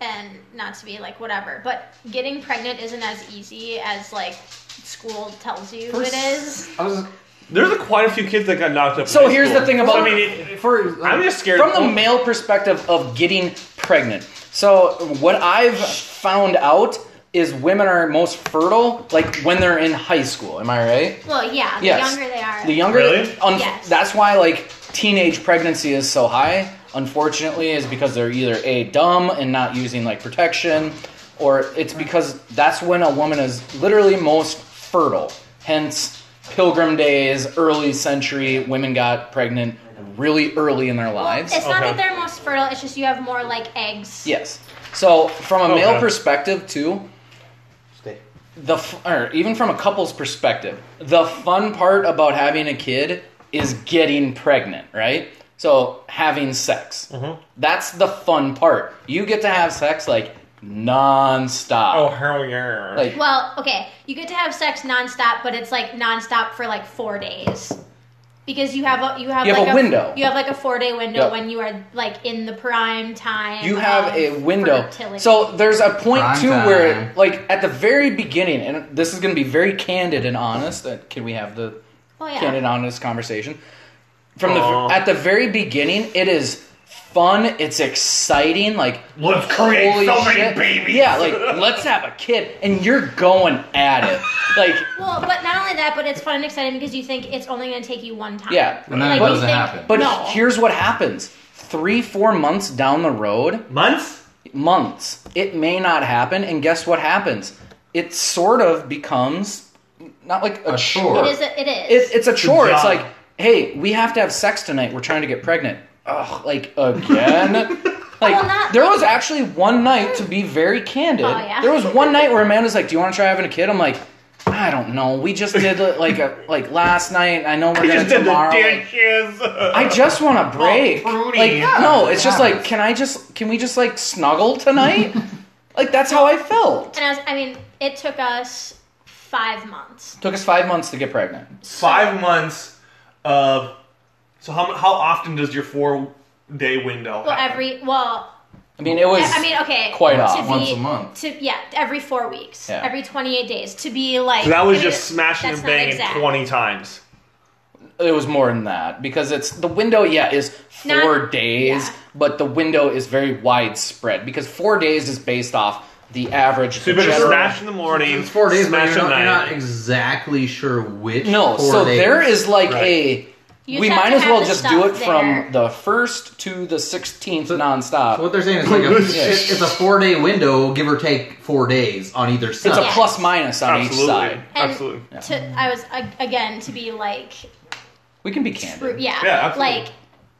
Speaker 2: and not to be like whatever, but getting pregnant isn't as easy as like school tells you
Speaker 6: For
Speaker 2: it is.
Speaker 6: I was
Speaker 3: There's a, quite a few kids that got knocked up. in
Speaker 5: So
Speaker 3: high
Speaker 5: here's
Speaker 3: school.
Speaker 5: the thing about-
Speaker 3: I mean, it,
Speaker 6: for.
Speaker 3: I'm just scared.
Speaker 5: from the male perspective of getting pregnant. So what I've found out is women are most fertile like when they're in high school. Am I right?
Speaker 2: Well, yeah. The
Speaker 5: Yes.
Speaker 2: younger they are.
Speaker 5: The younger,
Speaker 3: Really?
Speaker 5: un-
Speaker 2: Yes.
Speaker 5: that's why like teenage pregnancy is so high. Unfortunately, is because they're either a dumb and not using like protection, or it's because that's when a woman is literally most fertile. Hence, Pilgrim days, early century women got pregnant really early in their lives.
Speaker 2: It's not
Speaker 3: Okay.
Speaker 2: that they're most fertile. It's just you have more like eggs.
Speaker 5: Yes. So from a male
Speaker 3: Okay.
Speaker 5: perspective too, the f- or even from a couple's perspective, the fun part about having a kid is getting pregnant, right? So having sex.
Speaker 3: Mm-hmm.
Speaker 5: That's the fun part. You get to have sex like nonstop.
Speaker 3: oh, here we are.
Speaker 5: Like
Speaker 2: Well, okay, you get to have sex nonstop, but it's like nonstop for like four days. Because you have a you have,
Speaker 5: You have
Speaker 2: like
Speaker 5: a window.
Speaker 2: You have like a four day window
Speaker 5: Yep.
Speaker 2: when you are like in the prime time.
Speaker 5: you have
Speaker 2: of
Speaker 5: a window.
Speaker 2: fertility.
Speaker 5: So there's a point
Speaker 6: Prime
Speaker 5: too
Speaker 6: time.
Speaker 5: where, like, at the very beginning, and this is going to be very candid and honest. Uh, can we have the
Speaker 2: Oh, yeah.
Speaker 5: candid, honest conversation? From
Speaker 3: Aw.
Speaker 5: the at the very beginning, it is fun. It's exciting. Like
Speaker 3: Let's create
Speaker 5: holy
Speaker 3: so many
Speaker 5: shit.
Speaker 3: babies.
Speaker 5: Yeah, like let's have a kid, and you're going at it. Like
Speaker 2: Well, but not only that, but it's fun and exciting because you think it's only going to take you one time.
Speaker 5: Yeah.
Speaker 6: And then it
Speaker 2: you
Speaker 6: doesn't happen.
Speaker 5: But
Speaker 2: no.
Speaker 5: here's what happens. Three, four months down the road,
Speaker 3: months.
Speaker 5: months, it may not happen. And guess what happens? It sort of becomes not like a,
Speaker 6: A
Speaker 5: chore.
Speaker 6: chore.
Speaker 2: it is. A, it
Speaker 5: It-
Speaker 2: is.
Speaker 5: it's a chore. It's
Speaker 3: job.
Speaker 5: like, hey, we have to have sex tonight. We're trying to get pregnant. Ugh, like again. Like
Speaker 2: Well, not-
Speaker 5: there was actually one night to be very candid.
Speaker 2: Oh, yeah.
Speaker 5: There was one night where Amanda's like, "Do you want to try having a kid?" I'm like, "I don't know. We just did like a like last night. I know we're
Speaker 3: We
Speaker 5: gonna
Speaker 3: just did the
Speaker 5: tomorrow." Like,
Speaker 3: dishes.
Speaker 5: I just want a break.
Speaker 3: pruny.
Speaker 5: like
Speaker 3: Yeah,
Speaker 5: no, it's just like
Speaker 6: happens.
Speaker 5: can I just can we just like snuggle tonight? like that's how I felt.
Speaker 2: and I, was, I mean, it took us five months.
Speaker 5: Took us five months to get pregnant.
Speaker 3: five months of. So how how often does your four day window?
Speaker 2: Well,
Speaker 3: happen?
Speaker 2: every well,
Speaker 5: I mean it was.
Speaker 2: I mean, okay,
Speaker 5: quite
Speaker 2: to
Speaker 5: often.
Speaker 6: Once a month.
Speaker 2: To yeah, every four weeks,
Speaker 5: Yeah.
Speaker 2: every twenty eight days, to be like
Speaker 3: So that was
Speaker 2: I mean,
Speaker 3: just smashing
Speaker 2: that's
Speaker 3: and
Speaker 2: not
Speaker 3: banging
Speaker 2: exact.
Speaker 3: twenty times.
Speaker 5: it was more than that because it's the window. Yeah, is four
Speaker 2: Not-
Speaker 5: days,
Speaker 2: yeah.
Speaker 5: but the window is very widespread because four days is based off the average.
Speaker 3: So you better
Speaker 5: general-
Speaker 3: smash in the morning.
Speaker 6: It's four days, but
Speaker 3: smash
Speaker 6: you're
Speaker 3: at
Speaker 6: not,
Speaker 3: night.
Speaker 6: you're not exactly sure which.
Speaker 5: No,
Speaker 6: four
Speaker 5: so
Speaker 6: days.
Speaker 5: there is like
Speaker 3: Right.
Speaker 5: a.
Speaker 2: You'd
Speaker 5: we
Speaker 2: have
Speaker 5: might
Speaker 2: to
Speaker 5: as
Speaker 2: have
Speaker 5: well
Speaker 2: the
Speaker 5: just
Speaker 2: stuff
Speaker 5: do it
Speaker 2: there.
Speaker 5: from the first to the sixteenth
Speaker 6: So-
Speaker 5: nonstop.
Speaker 6: So what they're saying is like a,
Speaker 3: Yeah.
Speaker 6: it's it's a four day window, give or take four days on either side.
Speaker 5: it's a
Speaker 2: Yeah.
Speaker 5: plus minus on each
Speaker 3: Absolutely.
Speaker 5: side.
Speaker 2: And
Speaker 3: Absolutely.
Speaker 2: To, I was ag- again to be like,
Speaker 5: We can be
Speaker 2: true-
Speaker 5: candid.
Speaker 2: yeah,
Speaker 3: Yeah, absolutely.
Speaker 2: like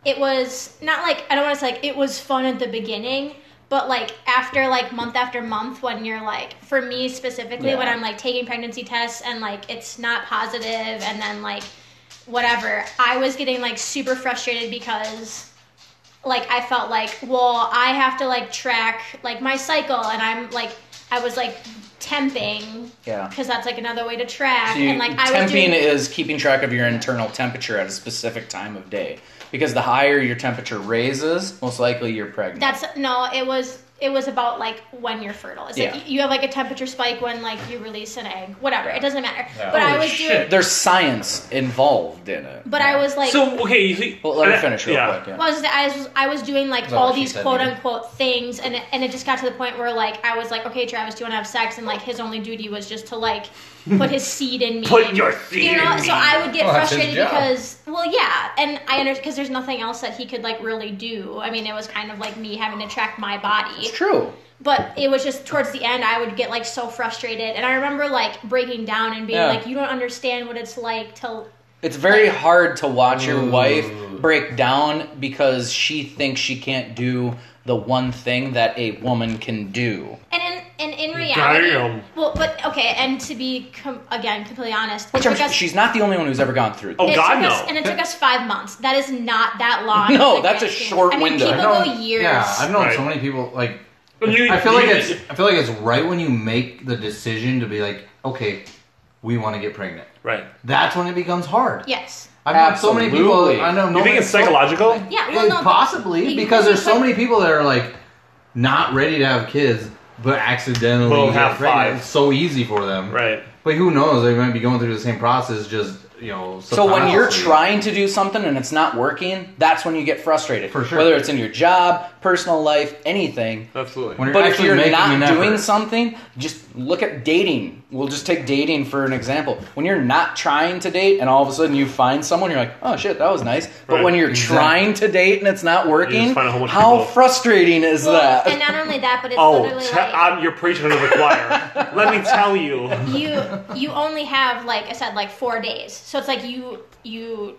Speaker 2: it was not like I don't want to say like it was fun at the beginning, but like after like month after month when you're like for me specifically when
Speaker 5: Yeah.
Speaker 2: I'm like taking pregnancy tests and like it's not positive and then like whatever I was getting like super frustrated because like I felt like, well, I have to like track like my cycle, and I'm like, I was like temping,
Speaker 5: Yeah.
Speaker 2: because that's like another way to track,
Speaker 5: So you-
Speaker 2: and like I
Speaker 5: temping
Speaker 2: was doing,
Speaker 5: is keeping track of your internal temperature at a specific time of day. Because the higher your temperature raises, most likely you're pregnant.
Speaker 2: that's no, it was it was about like when you're fertile. It's
Speaker 5: Yeah.
Speaker 2: like you have like a temperature spike when like you release an egg, whatever. It doesn't matter.
Speaker 6: Yeah.
Speaker 2: But I
Speaker 3: Holy
Speaker 2: was doing,
Speaker 3: shit.
Speaker 5: There's science involved in it.
Speaker 2: but I was like,
Speaker 3: so okay, you see,
Speaker 5: Well, let me
Speaker 3: and I-
Speaker 5: finish real
Speaker 3: yeah.
Speaker 5: quick. yeah.
Speaker 2: Well, I was, I was, I was doing like
Speaker 6: that
Speaker 2: all
Speaker 6: what she
Speaker 2: these
Speaker 6: said,
Speaker 2: quote
Speaker 6: maybe?
Speaker 2: unquote things, and it, and it just got to the point where like I was like, okay, Travis, do you want to have sex? And like his only duty was just to like put his seed in me.
Speaker 3: Put
Speaker 2: and-
Speaker 3: your seed
Speaker 2: You know,
Speaker 3: in me.
Speaker 2: so I would get
Speaker 6: Well, that's his
Speaker 2: frustrated
Speaker 6: job.
Speaker 2: because, well, yeah, and I understand because there's nothing else that he could like really do. I mean, it was kind of like me having to track my body,
Speaker 5: It's true.
Speaker 2: but it was just towards the end I would get like so frustrated, and I remember like breaking down and being
Speaker 5: Yeah.
Speaker 2: like, you don't understand what it's like to
Speaker 5: It's very hard to watch your
Speaker 6: Ooh.
Speaker 5: wife break down because she thinks she can't do the one thing that a woman can do.
Speaker 2: And in, and in reality,
Speaker 3: Damn.
Speaker 2: well, but okay, and to be com- again completely honest,
Speaker 5: Which
Speaker 2: it
Speaker 5: I'm,
Speaker 2: took us,
Speaker 5: she's not the only one who's ever gone through.
Speaker 3: Oh,
Speaker 2: it
Speaker 3: God,
Speaker 2: took
Speaker 3: no.
Speaker 2: us, and it took us five months. That is not that long. in
Speaker 5: No,
Speaker 2: the
Speaker 5: that's a
Speaker 2: grand scheme.
Speaker 5: short
Speaker 2: I mean,
Speaker 5: window.
Speaker 2: People
Speaker 6: I
Speaker 2: go
Speaker 6: know-
Speaker 2: years.
Speaker 6: Yeah, I've known
Speaker 3: Right.
Speaker 6: so many people like.
Speaker 3: But you-
Speaker 6: I feel
Speaker 3: you-
Speaker 6: like it's. I feel like it's right when you make the decision to be like, okay, we want to get pregnant.
Speaker 3: right.
Speaker 6: That's when it becomes hard.
Speaker 2: Yes.
Speaker 6: I've known so many people.
Speaker 5: Absolutely.
Speaker 6: I know.
Speaker 3: You think it's
Speaker 6: so-
Speaker 3: psychological?
Speaker 2: Yeah. Well,
Speaker 6: it-
Speaker 2: no, but
Speaker 6: possibly
Speaker 2: you-
Speaker 6: because there's
Speaker 2: you
Speaker 6: so
Speaker 2: put-
Speaker 6: many people that are like not ready to have kids, but accidentally
Speaker 3: Boom,
Speaker 6: get
Speaker 3: have
Speaker 6: pregnant.
Speaker 3: five.
Speaker 6: It's so easy for them,
Speaker 3: Right.
Speaker 6: But who knows? They might be going through the same process. Just you know.
Speaker 5: So when you're
Speaker 6: subconsciously.
Speaker 5: trying to do something and it's not working, that's when you get frustrated.
Speaker 6: For sure.
Speaker 5: Whether it's in your job, personal life, anything.
Speaker 3: Absolutely.
Speaker 6: When you're
Speaker 5: But if
Speaker 6: actually
Speaker 5: you're
Speaker 6: making
Speaker 5: not
Speaker 6: an
Speaker 5: doing
Speaker 6: effort.
Speaker 5: something, just look at dating. We'll just take dating for an example. When you're not trying to date and all of a sudden you find someone, you're like, oh shit, that was nice. But
Speaker 3: Right.
Speaker 5: when you're
Speaker 6: Exactly.
Speaker 5: trying to date and it's not working,
Speaker 3: find a whole bunch of
Speaker 5: how
Speaker 3: people.
Speaker 5: frustrating is
Speaker 2: Well,
Speaker 5: that?
Speaker 2: and not only that, but it's
Speaker 3: Oh,
Speaker 2: literally
Speaker 3: te-
Speaker 2: like
Speaker 3: I'm, you're preaching to the choir. Let me tell you.
Speaker 2: you you only have like I said like four days, so it's like you you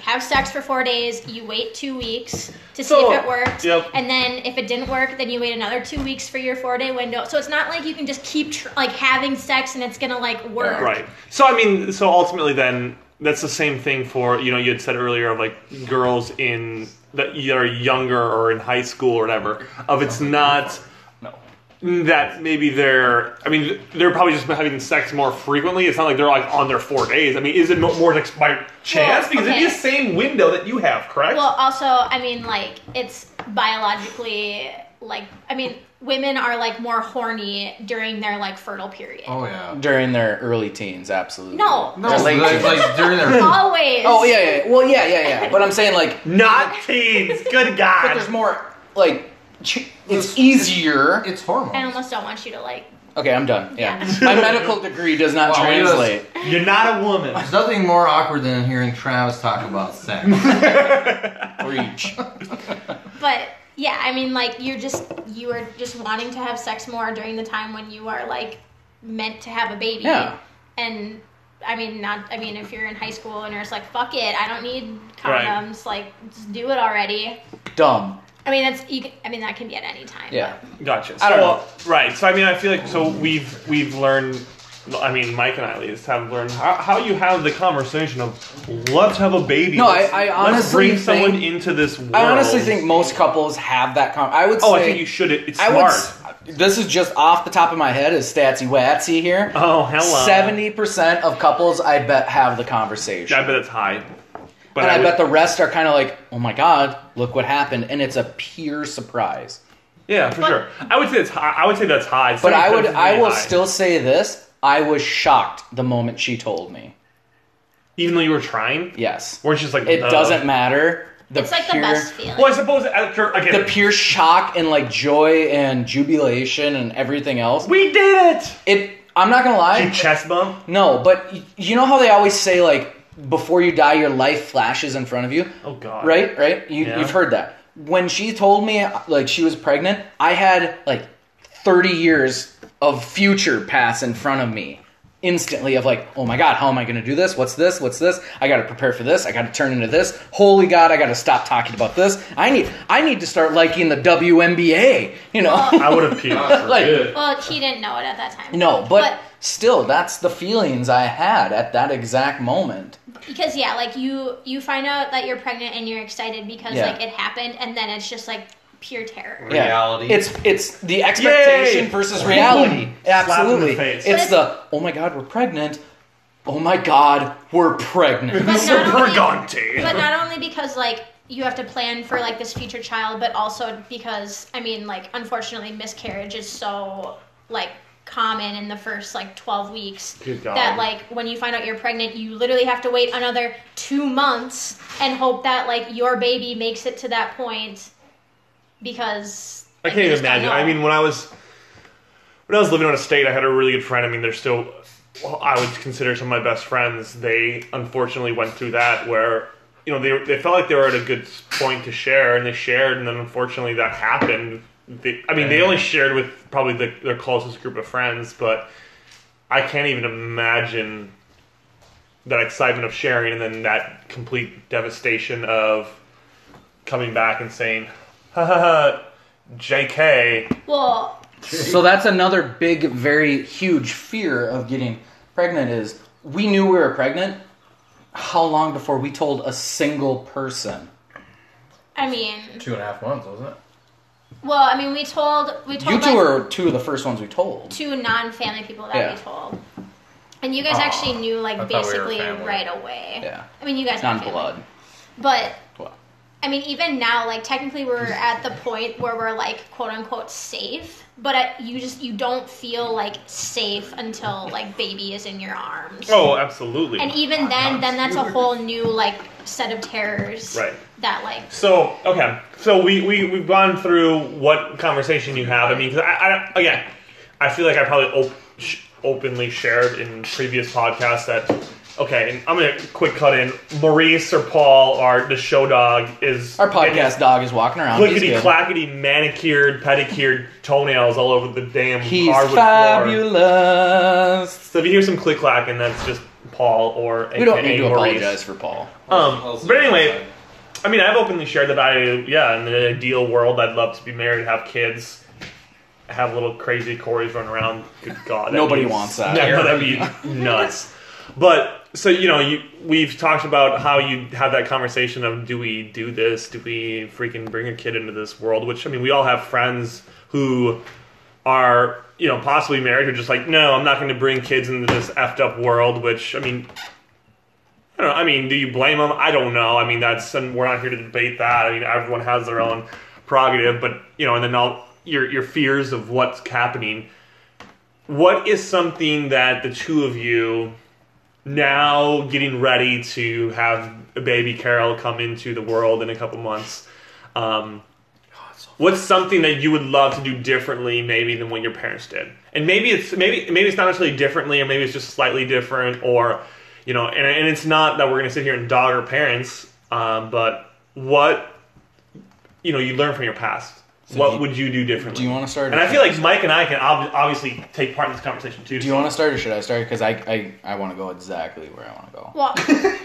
Speaker 2: have sex for four days, you wait two weeks to see
Speaker 3: So,
Speaker 2: if it worked,
Speaker 3: yep.
Speaker 2: and then if it didn't work, then you wait another two weeks for your four day window. So it's not like you can just keep tr- like having sex and it's gonna like work.
Speaker 3: Right. So I mean, so ultimately, then that's the same thing for you know you had said earlier of like girls in that are younger or in high school or whatever. Of it's not
Speaker 5: no.
Speaker 3: that maybe they're I mean they're probably just having sex more frequently. It's not like they're like on their four days. I mean, is it mo- more like by chance
Speaker 2: Well,
Speaker 3: because
Speaker 2: okay.
Speaker 3: it's the same window that you have, correct?
Speaker 2: Well, also, I mean, like it's biologically like I mean, women are like more horny during their like fertile period.
Speaker 6: Oh yeah.
Speaker 5: During their early teens, absolutely.
Speaker 2: No.
Speaker 6: No,
Speaker 5: Their late
Speaker 6: like,
Speaker 5: teens.
Speaker 6: like during their
Speaker 2: Always.
Speaker 5: Oh yeah, yeah, yeah. Well, yeah, yeah, yeah. But I'm saying like
Speaker 3: not teens. Good
Speaker 5: But there's
Speaker 3: God.
Speaker 5: more like ch- it's easier.
Speaker 6: it's hormones.
Speaker 2: I almost don't want you to like
Speaker 5: Okay, I'm done. Yeah, my medical degree does not
Speaker 6: Wow, we just-
Speaker 5: translate.
Speaker 3: You're not a woman.
Speaker 6: There's nothing more awkward than hearing Travis talk about sex.
Speaker 5: Reach.
Speaker 2: But yeah, I mean, like you're just you are just wanting to have sex more during the time when you are like meant to have a baby.
Speaker 5: Yeah.
Speaker 2: And I mean, not. I mean, if you're in high school and you're just like, fuck it, I don't need
Speaker 3: Right.
Speaker 2: condoms. Like, just do it already.
Speaker 5: Dumb.
Speaker 2: I mean, that's. You can, I mean, that can be at any time.
Speaker 5: Yeah.
Speaker 3: Gotcha.
Speaker 5: I don't
Speaker 3: So,
Speaker 5: know.
Speaker 3: Right. So I mean, I feel like so we've we've learned. I mean, Mike and I at least have learned how, how you have the conversation of let's have a baby.
Speaker 5: No, I-
Speaker 3: let's,
Speaker 5: I
Speaker 3: let's
Speaker 5: honestly
Speaker 3: bring
Speaker 5: think-
Speaker 3: someone into this world.
Speaker 5: I honestly think most couples have that. Con- I would. Say,
Speaker 3: Oh, I think you should. It's
Speaker 5: I
Speaker 3: smart.
Speaker 5: would. s- This is just off the top of my head. Is statsy watsy here?
Speaker 3: Oh, hello.
Speaker 5: Seventy percent of couples, I bet, have the conversation.
Speaker 3: I bet it's high. But
Speaker 5: and I,
Speaker 3: would-
Speaker 5: bet the rest are kind of like, "Oh my god, look what happened," and it's a pure surprise.
Speaker 3: yeah, for sure. I would say it's high. I would say that's high.
Speaker 5: But I would,
Speaker 3: 70% is
Speaker 5: I
Speaker 3: really
Speaker 5: will
Speaker 3: high.
Speaker 5: still say this: I was shocked the moment she told me.
Speaker 3: even though you were trying.
Speaker 5: Yes.
Speaker 3: Weren't you just uh, like
Speaker 5: It
Speaker 3: "Duh."
Speaker 5: doesn't matter. The
Speaker 2: It's like the
Speaker 5: pure,
Speaker 2: best feeling.
Speaker 3: Well, I suppose after again,
Speaker 5: the pure shock and like joy and jubilation and everything else.
Speaker 3: we did it.
Speaker 5: It. I'm not gonna lie.
Speaker 3: You chest bump.
Speaker 5: No, but y- you know how they always say like before you die your life flashes in front of you,
Speaker 3: Oh god.
Speaker 5: right? Right? You,
Speaker 3: Yeah.
Speaker 5: You've heard that. When she told me like she was pregnant, I had like 30 years of future pass in front of me instantly of like, "Oh my god, how am I going to do this? What's this? What's this? I got to prepare for this. I got to turn into this. Holy god, I got to stop talking about this. I need I need to start liking the WNBA, you know."
Speaker 3: I would have puked.
Speaker 5: Like-
Speaker 4: Good.
Speaker 2: Well, she didn't know it at that time.
Speaker 5: No, but, still, that's the feelings I had at that exact moment.
Speaker 2: but because yeah, like you you find out that you're pregnant and you're excited because
Speaker 5: Yeah.
Speaker 2: like it happened, and then it's just like pure terror.
Speaker 5: Yeah.
Speaker 4: Reality.
Speaker 5: It's it's the expectation
Speaker 3: Yay!
Speaker 5: versus reality. Absolutely.
Speaker 3: Slap in the face.
Speaker 5: It's the oh my god, we're pregnant. Oh my god, we're pregnant.
Speaker 2: But not only-
Speaker 3: Brigante.
Speaker 2: but not only because like you have to plan for like this future child but also because i mean like unfortunately miscarriage is so like common in the first like 12 weeks
Speaker 3: Good God.
Speaker 2: that like when you find out you're pregnant you literally have to wait another two months and hope that like your baby makes it to that point because
Speaker 3: I
Speaker 2: like,
Speaker 3: can't
Speaker 2: you
Speaker 3: even
Speaker 2: just don't
Speaker 3: imagine.
Speaker 2: know.
Speaker 3: I mean, when I was when I was living out of state, I had a really good friend. I mean, they're still well, I would consider some of my best friends. They unfortunately went through that where you know they they felt like they were at a good point to share, and they shared, and then unfortunately that happened. They, I mean, they only shared with probably the, their closest group of friends, but I can't even imagine that excitement of sharing and then that complete devastation of coming back and saying, ha ha ha, JK,
Speaker 2: well
Speaker 5: so that's another big, very huge fear of getting pregnant is we knew we were pregnant. How long before we told a single person?
Speaker 2: i mean
Speaker 4: two and a half months, wasn't it?
Speaker 2: well i mean we told we told
Speaker 5: You two
Speaker 2: like,
Speaker 5: were two of the first ones we told.
Speaker 2: two non-family people that
Speaker 5: Yeah.
Speaker 2: we told, and you guys actually knew like
Speaker 4: I thought we were
Speaker 2: basically
Speaker 4: family.
Speaker 2: right away.
Speaker 5: Yeah.
Speaker 2: I mean, you guys
Speaker 5: Non
Speaker 2: were family.
Speaker 5: blood.
Speaker 2: but
Speaker 5: Well.
Speaker 2: I mean, even now, like technically, we're at the point where we're like quote unquote safe, but uh you just you don't feel like safe until like baby is in your arms.
Speaker 3: Oh, absolutely.
Speaker 2: And even then, then that's a whole new like set of terrors.
Speaker 3: Right.
Speaker 2: That like
Speaker 3: so, okay. So we, we, we've gone through what conversation you have. I mean, 'cause I, I, again, I feel like I probably op- sh- openly shared in previous podcasts that, okay, and I'm going to quick cut in. Maurice or Paul are the show dog is.
Speaker 5: Our podcast dog is walking around. He's
Speaker 3: Clickety
Speaker 5: good.
Speaker 3: clackety manicured, pedicured toenails all over the damn
Speaker 5: He's
Speaker 3: hardwood floor.
Speaker 5: fabulous.
Speaker 3: So if you hear some click clack, and that's just Paul or
Speaker 5: We don't
Speaker 3: aka
Speaker 5: need to
Speaker 3: Maurice.
Speaker 5: apologize for Paul.
Speaker 3: Um, but anyway, I mean, I've openly shared that I, yeah, in the ideal world, I'd love to be married, have kids, have little crazy Corys run around. Good God, that'd
Speaker 5: Nobody
Speaker 3: be-
Speaker 5: wants that.
Speaker 3: Yeah, that'd be nuts. But so you know, you we've talked about how you have that conversation of do we do this? Do we freaking bring a kid into this world? Which I mean, we all have friends who are you know possibly married who are just like, no, I'm not going to bring kids into this effed up world. Which I mean, I don't know. I mean, do you blame them? I don't know. I mean, that's and we're not here to debate that. I mean, everyone has their own prerogative, but you know, and then all your your fears of what's happening. What is something that the two of you now getting ready to have a baby Carol come into the world in a couple months? Um, what's something that you would love to do differently, maybe than what your parents did? And maybe it's maybe maybe it's not necessarily differently, or maybe it's just slightly different, or you know, and, and it's not that we're going to sit here and dog our parents, um, but what you know, you learn from your past. what
Speaker 5: do you-
Speaker 3: would you do differently?
Speaker 5: Do you want to start?
Speaker 3: and I feel like Mike and I can ob- obviously take part in this conversation too.
Speaker 5: Do you want to start or should I start? Because I, I, I want to go exactly where I want to go.
Speaker 2: well.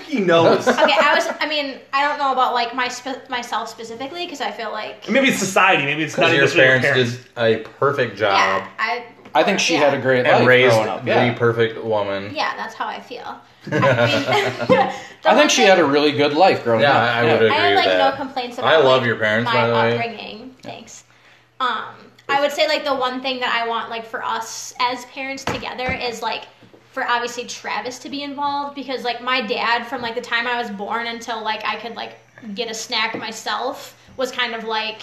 Speaker 3: he knows.
Speaker 2: Okay, I was. I mean, I don't know about like my spe- myself specifically because I feel like
Speaker 3: maybe it's society. Maybe it's not
Speaker 4: Because
Speaker 3: even
Speaker 4: your
Speaker 3: necessarily
Speaker 4: parents did a perfect job
Speaker 2: yeah, I.
Speaker 5: I think she
Speaker 2: yeah.
Speaker 5: had a
Speaker 4: and
Speaker 5: great life
Speaker 4: raised
Speaker 5: growing up.
Speaker 4: the
Speaker 5: Yeah.
Speaker 4: perfect woman.
Speaker 2: Yeah, that's how I feel. I, mean, the
Speaker 5: I
Speaker 2: one
Speaker 5: think she
Speaker 2: thing-
Speaker 5: had a really good life growing
Speaker 4: Yeah,
Speaker 5: up.
Speaker 4: I would
Speaker 2: I
Speaker 4: agree
Speaker 2: have
Speaker 4: with
Speaker 2: like
Speaker 4: that.
Speaker 2: no complaints about.
Speaker 4: I love
Speaker 2: like,
Speaker 4: your parents,
Speaker 2: my
Speaker 4: by the way.
Speaker 2: upbringing. Thanks. Um, I would say like the one thing that I want like for us as parents together is like for obviously Travis to be involved because like my dad from like the time I was born until like I could like get a snack myself was kind of like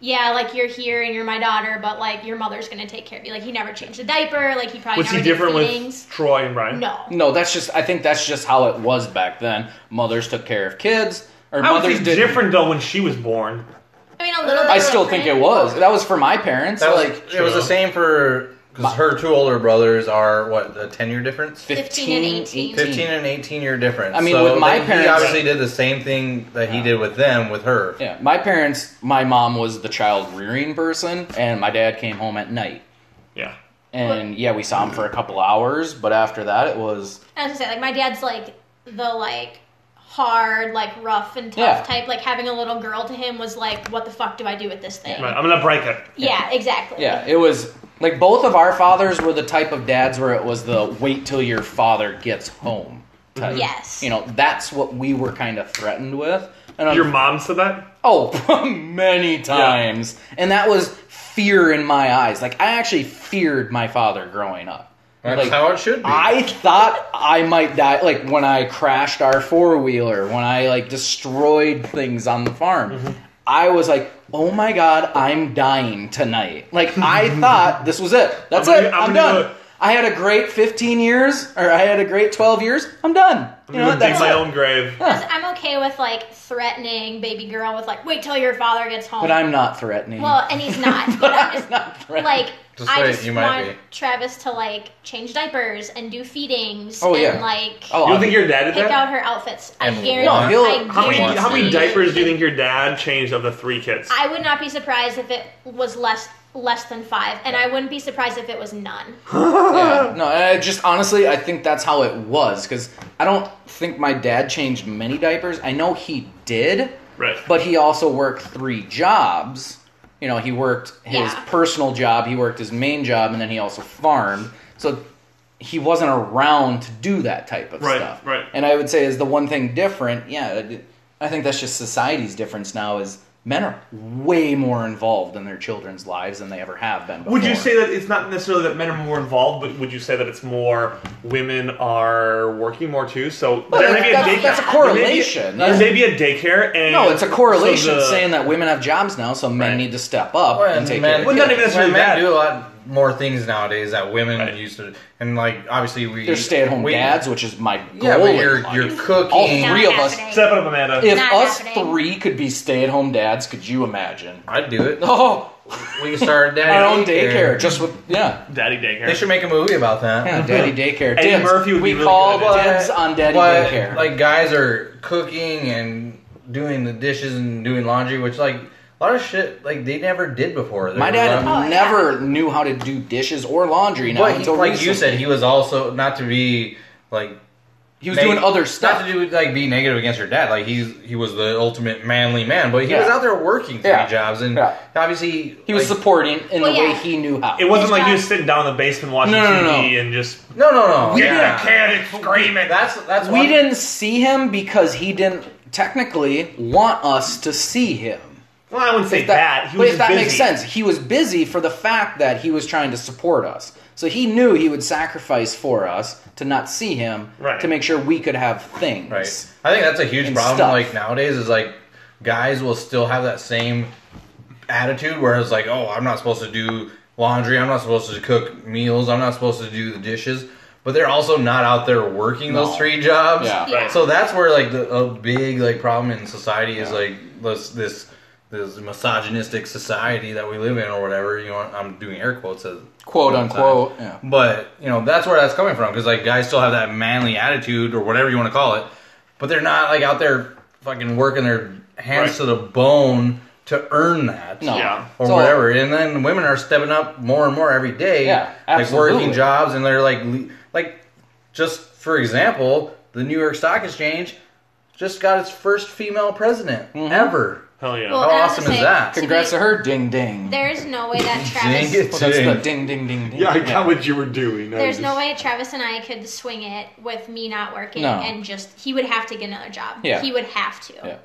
Speaker 2: yeah, like you're here and you're my daughter, but like your mother's gonna take care of you. Like he never changed a diaper. Like he probably
Speaker 3: Was
Speaker 2: never
Speaker 3: he different
Speaker 2: did
Speaker 3: with
Speaker 2: things.
Speaker 3: Troy and Brian?
Speaker 2: No,
Speaker 5: No, that's just. I think that's just how it was back then. Mothers took care of kids, or
Speaker 3: I would
Speaker 5: mothers
Speaker 3: say
Speaker 5: did.
Speaker 3: different though when she was born.
Speaker 2: I mean a little. bit
Speaker 5: I still
Speaker 2: different.
Speaker 5: think it was. That was for my parents.
Speaker 4: That
Speaker 5: like
Speaker 4: was, it was the same for because her two older brothers are what a ten year difference,
Speaker 5: 15,
Speaker 2: 15 and 18.
Speaker 4: 15 and eighteen year difference.
Speaker 5: I mean,
Speaker 4: So
Speaker 5: with my
Speaker 4: they- he
Speaker 5: parents-
Speaker 4: obviously did the same thing that he did with them with her.
Speaker 5: Yeah, my parents. My mom was the child rearing person, and my dad came home at night.
Speaker 3: Yeah.
Speaker 5: And yeah, we saw him for a couple hours, but after that, it was
Speaker 2: I was gonna say like my dad's like the like hard, like rough and tough
Speaker 5: Yeah.
Speaker 2: type. Like having a little girl to him was like, what the fuck do I do with this thing?
Speaker 3: Right. I'm gonna break it.
Speaker 2: Yeah, exactly.
Speaker 5: yeah, it was like both of our fathers were the type of dads where it was the wait till your father gets home. Type.
Speaker 2: Yes.
Speaker 5: you know that's what we were kind of threatened with. And I'm-
Speaker 3: Your mom said that.
Speaker 5: Oh, many times. And that was fear in my eyes. Like, I actually feared my father growing up.
Speaker 4: That's
Speaker 5: Like,
Speaker 4: how it should be.
Speaker 5: I thought I might die. Like, when I crashed our four wheeler, when I, like, destroyed things on the farm,
Speaker 3: Mm-hmm.
Speaker 5: I was like, oh my God, I'm dying tonight. Like, I thought this was it. That's
Speaker 3: I'm
Speaker 5: it.
Speaker 3: gonna- I'm
Speaker 5: I'm
Speaker 3: gonna do
Speaker 5: done.
Speaker 3: it.
Speaker 5: I had a great 15 years, or I had a great 12 years. I'm done.
Speaker 3: I'm
Speaker 5: You know what?
Speaker 3: gonna dig
Speaker 5: That's
Speaker 3: my
Speaker 5: it.
Speaker 3: own grave.
Speaker 2: Because I'm okay with like threatening baby girl with like, wait till your father gets home.
Speaker 5: But I'm not threatening.
Speaker 2: well, and he's not. but I'm just
Speaker 5: not threatening.
Speaker 2: like,
Speaker 4: Just
Speaker 2: I
Speaker 4: wait,
Speaker 2: just
Speaker 4: you might
Speaker 2: want
Speaker 4: be.
Speaker 2: Travis to like change diapers and do feedings
Speaker 5: Oh,
Speaker 2: and
Speaker 5: yeah.
Speaker 2: like
Speaker 5: Oh,
Speaker 3: You
Speaker 5: I-
Speaker 3: don't think your dad did
Speaker 2: pick
Speaker 3: that?
Speaker 2: out her outfits.
Speaker 4: And
Speaker 2: I guarantee.
Speaker 4: want-
Speaker 5: No,
Speaker 2: I
Speaker 5: he'll-
Speaker 4: How many-
Speaker 2: guarantee
Speaker 3: How many
Speaker 4: Honestly.
Speaker 3: diapers do you think your dad changed of the three kids?
Speaker 2: I would not be surprised if it was less less than five, and I wouldn't be surprised if it was none.
Speaker 5: Yeah. No, I just honestly, I think that's how it was because I don't think my dad changed many diapers. I know he did,
Speaker 3: Right.
Speaker 5: but he also worked three jobs. You know, he worked his
Speaker 2: Yeah.
Speaker 5: personal job, he worked his main job, and then he also farmed. So he wasn't around to do that type of
Speaker 3: Right,
Speaker 5: stuff.
Speaker 3: right.
Speaker 5: And I would say is the one thing different. Yeah, I- I think that's just society's difference now is men are way more involved in their children's lives than they ever have been. Before.
Speaker 3: Would you say that it's not necessarily that men are more involved, but would you say that it's more women are working more too? So there may be a
Speaker 5: that's-
Speaker 3: daycare.
Speaker 5: that's
Speaker 3: There may
Speaker 5: a
Speaker 3: be-
Speaker 5: correlation.
Speaker 3: There may be a daycare, and
Speaker 5: No, it's a correlation
Speaker 3: so the-
Speaker 5: saying that women have jobs now, so men
Speaker 3: Right.
Speaker 5: need to step up
Speaker 4: Well,
Speaker 5: and take
Speaker 4: men,
Speaker 5: care.
Speaker 3: Well,
Speaker 5: Of
Speaker 3: not even necessarily
Speaker 4: men
Speaker 3: that.
Speaker 4: do a lot more things nowadays that women
Speaker 3: Right.
Speaker 4: used to. And like obviously we
Speaker 5: They're stay-at-home
Speaker 4: we-
Speaker 5: dads, which is my goal.
Speaker 4: Yeah, but
Speaker 5: in
Speaker 4: you're
Speaker 5: life.
Speaker 4: you're cooking.
Speaker 5: All three
Speaker 2: Not
Speaker 5: of us.
Speaker 2: happening.
Speaker 3: Step it up, Amanda.
Speaker 5: If
Speaker 2: Not
Speaker 5: us
Speaker 2: happening.
Speaker 5: three could be stay-at-home dads, could you imagine?
Speaker 4: I'd do it.
Speaker 5: Oh,
Speaker 4: We can start daddy
Speaker 5: our own daycare, just with yeah,
Speaker 3: Daddy daycare.
Speaker 4: They should make a movie about that.
Speaker 5: yeah, daddy daycare.
Speaker 3: Eddie
Speaker 5: Dibs.
Speaker 3: Murphy would
Speaker 5: we
Speaker 3: be really
Speaker 5: call
Speaker 3: good at
Speaker 4: But-
Speaker 5: dibs on daddy
Speaker 4: but,
Speaker 5: daycare.
Speaker 4: Like guys are cooking and doing the dishes and doing laundry, which like a lot of shit like they never did before. They
Speaker 5: my
Speaker 4: were
Speaker 5: dad
Speaker 4: running-
Speaker 2: Oh, yeah.
Speaker 5: never knew how to do dishes or laundry. Now
Speaker 4: but he-
Speaker 5: until
Speaker 4: like you
Speaker 5: recently.
Speaker 4: said, he was also not to be like
Speaker 5: he was
Speaker 4: neg-
Speaker 5: doing other stuff.
Speaker 4: Not to do like be negative against your dad. Like he's he was the ultimate manly man, but he
Speaker 5: Yeah.
Speaker 4: was out there working three
Speaker 5: Yeah.
Speaker 4: jobs and
Speaker 5: Yeah.
Speaker 4: obviously
Speaker 5: he was
Speaker 4: like,
Speaker 5: supporting in
Speaker 2: Well,
Speaker 5: the way
Speaker 2: yeah.
Speaker 5: he knew how.
Speaker 3: it wasn't like you
Speaker 2: Yeah.
Speaker 3: was sitting down in the basement watching
Speaker 5: No, no, no,
Speaker 3: TV
Speaker 5: no.
Speaker 3: and just
Speaker 4: no no no
Speaker 3: we
Speaker 4: yeah.
Speaker 3: kid and scream it.
Speaker 4: That's that's
Speaker 5: we
Speaker 4: one-
Speaker 5: didn't see him because he didn't technically want us to see him.
Speaker 3: Well, I wouldn't say
Speaker 5: If
Speaker 3: that. He
Speaker 5: but
Speaker 3: was
Speaker 5: if that
Speaker 3: busy.
Speaker 5: makes sense, he was busy for the fact that he was trying to support us. So he knew he would sacrifice for us to not see him
Speaker 3: Right.
Speaker 5: to make sure we could have things.
Speaker 4: Right. I think that's a huge
Speaker 5: and
Speaker 4: problem.
Speaker 5: stuff.
Speaker 4: Like nowadays, is like guys will still have that same attitude where it's like, oh, I'm not supposed to do laundry. I'm not supposed to cook meals. I'm not supposed to do the dishes. But they're also not out there working
Speaker 5: No.
Speaker 4: those three jobs.
Speaker 5: Yeah.
Speaker 2: Yeah.
Speaker 4: So that's where like the a big like problem in society is like this this this misogynistic society that we live in or whatever. You know, I'm doing air quotes as
Speaker 5: Quote unquote. Yeah.
Speaker 4: but you know that's where that's coming from because like guys still have that manly attitude or whatever you want to call it, but they're not like out there fucking working their hands
Speaker 3: Right.
Speaker 4: to the bone to earn that
Speaker 5: No.
Speaker 3: Yeah.
Speaker 4: or
Speaker 5: So-
Speaker 4: whatever. And then women are stepping up more and more every day,
Speaker 5: Yeah,
Speaker 4: like working
Speaker 5: absolutely.
Speaker 4: jobs, and they're like le- like just for example, the New York Stock Exchange just got its first female president
Speaker 5: Mm-hmm.
Speaker 4: ever.
Speaker 3: Hell yeah.
Speaker 2: Well,
Speaker 4: How
Speaker 2: and I was
Speaker 4: awesome
Speaker 2: gonna
Speaker 4: is
Speaker 2: say,
Speaker 4: that?
Speaker 2: to
Speaker 5: Congrats
Speaker 2: be-
Speaker 5: to her. Ding ding.
Speaker 2: There is no way that
Speaker 4: Dang
Speaker 2: Travis.
Speaker 4: it,
Speaker 5: well, that's the
Speaker 4: dude.
Speaker 5: ding ding ding ding.
Speaker 3: what you were doing.
Speaker 2: There's no way Travis and I could swing it with me not working
Speaker 5: No.
Speaker 2: and just he would have to get another job.
Speaker 5: Yeah.
Speaker 2: He would have to.
Speaker 5: Yeah.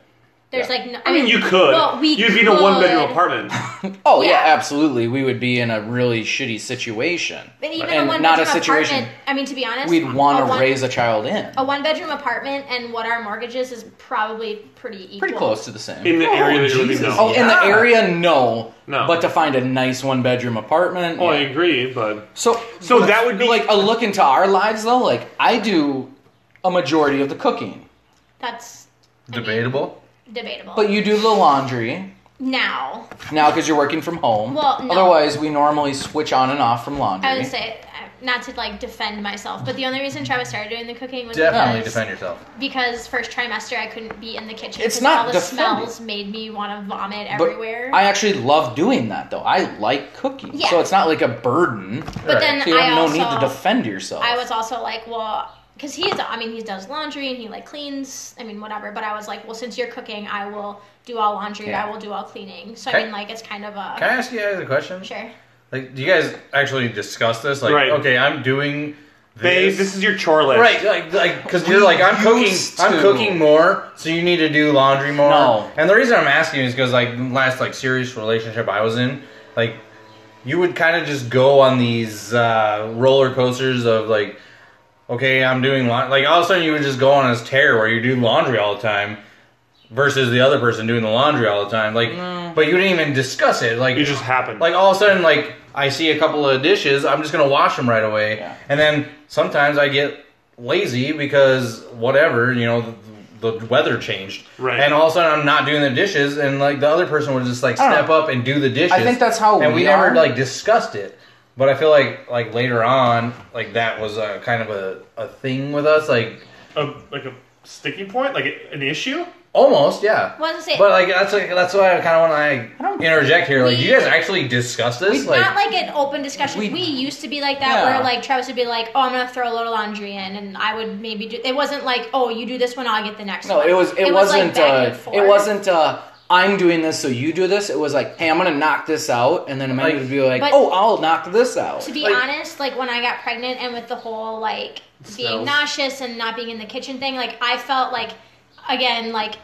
Speaker 2: There's like no. I,
Speaker 3: I mean, you could.
Speaker 2: Well, we
Speaker 3: You'd be
Speaker 2: could.
Speaker 3: in a one bedroom apartment.
Speaker 5: Oh yeah.
Speaker 2: Yeah.
Speaker 5: absolutely. We would be in a really shitty situation,
Speaker 2: But even
Speaker 5: and
Speaker 2: a one
Speaker 5: not a
Speaker 2: bedroom
Speaker 5: situation
Speaker 2: apartment. I mean, to be honest,
Speaker 5: we'd want
Speaker 2: a
Speaker 5: to
Speaker 2: one-
Speaker 5: raise a child in.
Speaker 2: a one bedroom apartment and what our mortgage is is probably pretty equal.
Speaker 5: Pretty close to the same.
Speaker 3: In the area that you're living now.
Speaker 5: oh, in the area, no.
Speaker 3: No.
Speaker 5: But to find a nice one bedroom apartment.
Speaker 3: Oh, I
Speaker 5: yeah.
Speaker 3: agree, but
Speaker 5: So,
Speaker 3: So
Speaker 5: but
Speaker 3: that would be-
Speaker 5: like a look into our lives, though. Like I do a majority of the cooking,
Speaker 2: That's
Speaker 4: Debatable.
Speaker 2: debatable.
Speaker 5: but you do the laundry
Speaker 2: now,
Speaker 5: now because you're working from home.
Speaker 2: Well, no.
Speaker 5: otherwise we normally switch on and off from laundry.
Speaker 2: I would say uh, not to like defend myself, but the only reason Travis started doing the cooking was
Speaker 4: Definitely
Speaker 2: because,
Speaker 4: defend yourself.
Speaker 2: because first trimester I couldn't be in the kitchen.
Speaker 5: It's
Speaker 2: 'cause
Speaker 5: not
Speaker 2: all the
Speaker 5: defending.
Speaker 2: smells made me want to vomit
Speaker 5: But
Speaker 2: everywhere.
Speaker 5: I actually love doing that though. I like cooking,
Speaker 2: Yeah.
Speaker 5: so it's not like a burden.
Speaker 2: but then
Speaker 5: so you
Speaker 2: I
Speaker 5: have
Speaker 2: also
Speaker 5: no need to defend yourself.
Speaker 2: I was also like, well, because he is, I mean, he does laundry and he like cleans, I mean, whatever. But I was like, well, since you're cooking, I will do all laundry,
Speaker 5: Yeah.
Speaker 2: I will do all cleaning. So I
Speaker 4: Okay.
Speaker 2: mean, like, it's kind of a
Speaker 4: Can I ask you guys a question?
Speaker 2: sure.
Speaker 4: Like, do you guys actually discuss this? Like,
Speaker 3: Right.
Speaker 4: okay, I'm doing this.
Speaker 3: babe, this is your chore list.
Speaker 4: Right, like, like, because you're like, I'm cooking,
Speaker 5: used to.
Speaker 4: I'm cooking more, so you need to do laundry more.
Speaker 5: No.
Speaker 4: And the reason I'm asking is because, like, the last like serious relationship I was in, like, you would kind of just go on these uh, roller coasters of like, okay, I'm doing laundry. Like, all of a sudden, you would just go on this tear where you do laundry all the time. Versus the other person doing the laundry all the time, like, but you didn't even discuss it. Like,
Speaker 3: It just happened.
Speaker 4: like all of a sudden like i see a couple of dishes i'm just gonna wash them right away
Speaker 5: Yeah.
Speaker 4: and then sometimes i get lazy because whatever you know the, the weather changed
Speaker 3: Right.
Speaker 4: and all of a sudden i'm not doing the dishes and like the other person would just like
Speaker 5: I don't
Speaker 4: step
Speaker 5: know.
Speaker 4: up and do the dishes
Speaker 5: I think that's how
Speaker 4: and we,
Speaker 5: we
Speaker 4: never
Speaker 5: are.
Speaker 4: like discussed it but i feel like like later on like that was a kind of a, a thing with us like
Speaker 3: a, like a sticking point, like a- an issue.
Speaker 4: almost yeah
Speaker 2: Well, I was gonna say-
Speaker 4: but like that's like that's why i kind of want to interject here like do you guys actually discuss this like
Speaker 2: Not like an open discussion.
Speaker 5: We-
Speaker 2: We, used to be like that,
Speaker 5: Yeah.
Speaker 2: where like Travis would be like, "Oh, I'm gonna throw a little laundry in," and I would maybe do. It wasn't like, "Oh, you do this one, I'll get the next
Speaker 5: No,
Speaker 2: one."
Speaker 5: it was. It,
Speaker 2: like,
Speaker 5: wasn't.
Speaker 2: back and
Speaker 5: uh,
Speaker 2: forth.
Speaker 5: it wasn't. Uh, I'm doing this, so you do this. It was like, hey, I'm gonna knock this out, and then Amanda
Speaker 4: Like-
Speaker 5: would be like,
Speaker 2: But-
Speaker 5: oh, I'll knock this out.
Speaker 2: To be
Speaker 4: like-
Speaker 2: honest, like when I got pregnant and with the whole like being
Speaker 4: Smells.
Speaker 2: nauseous and not being in the kitchen thing, like I felt like again like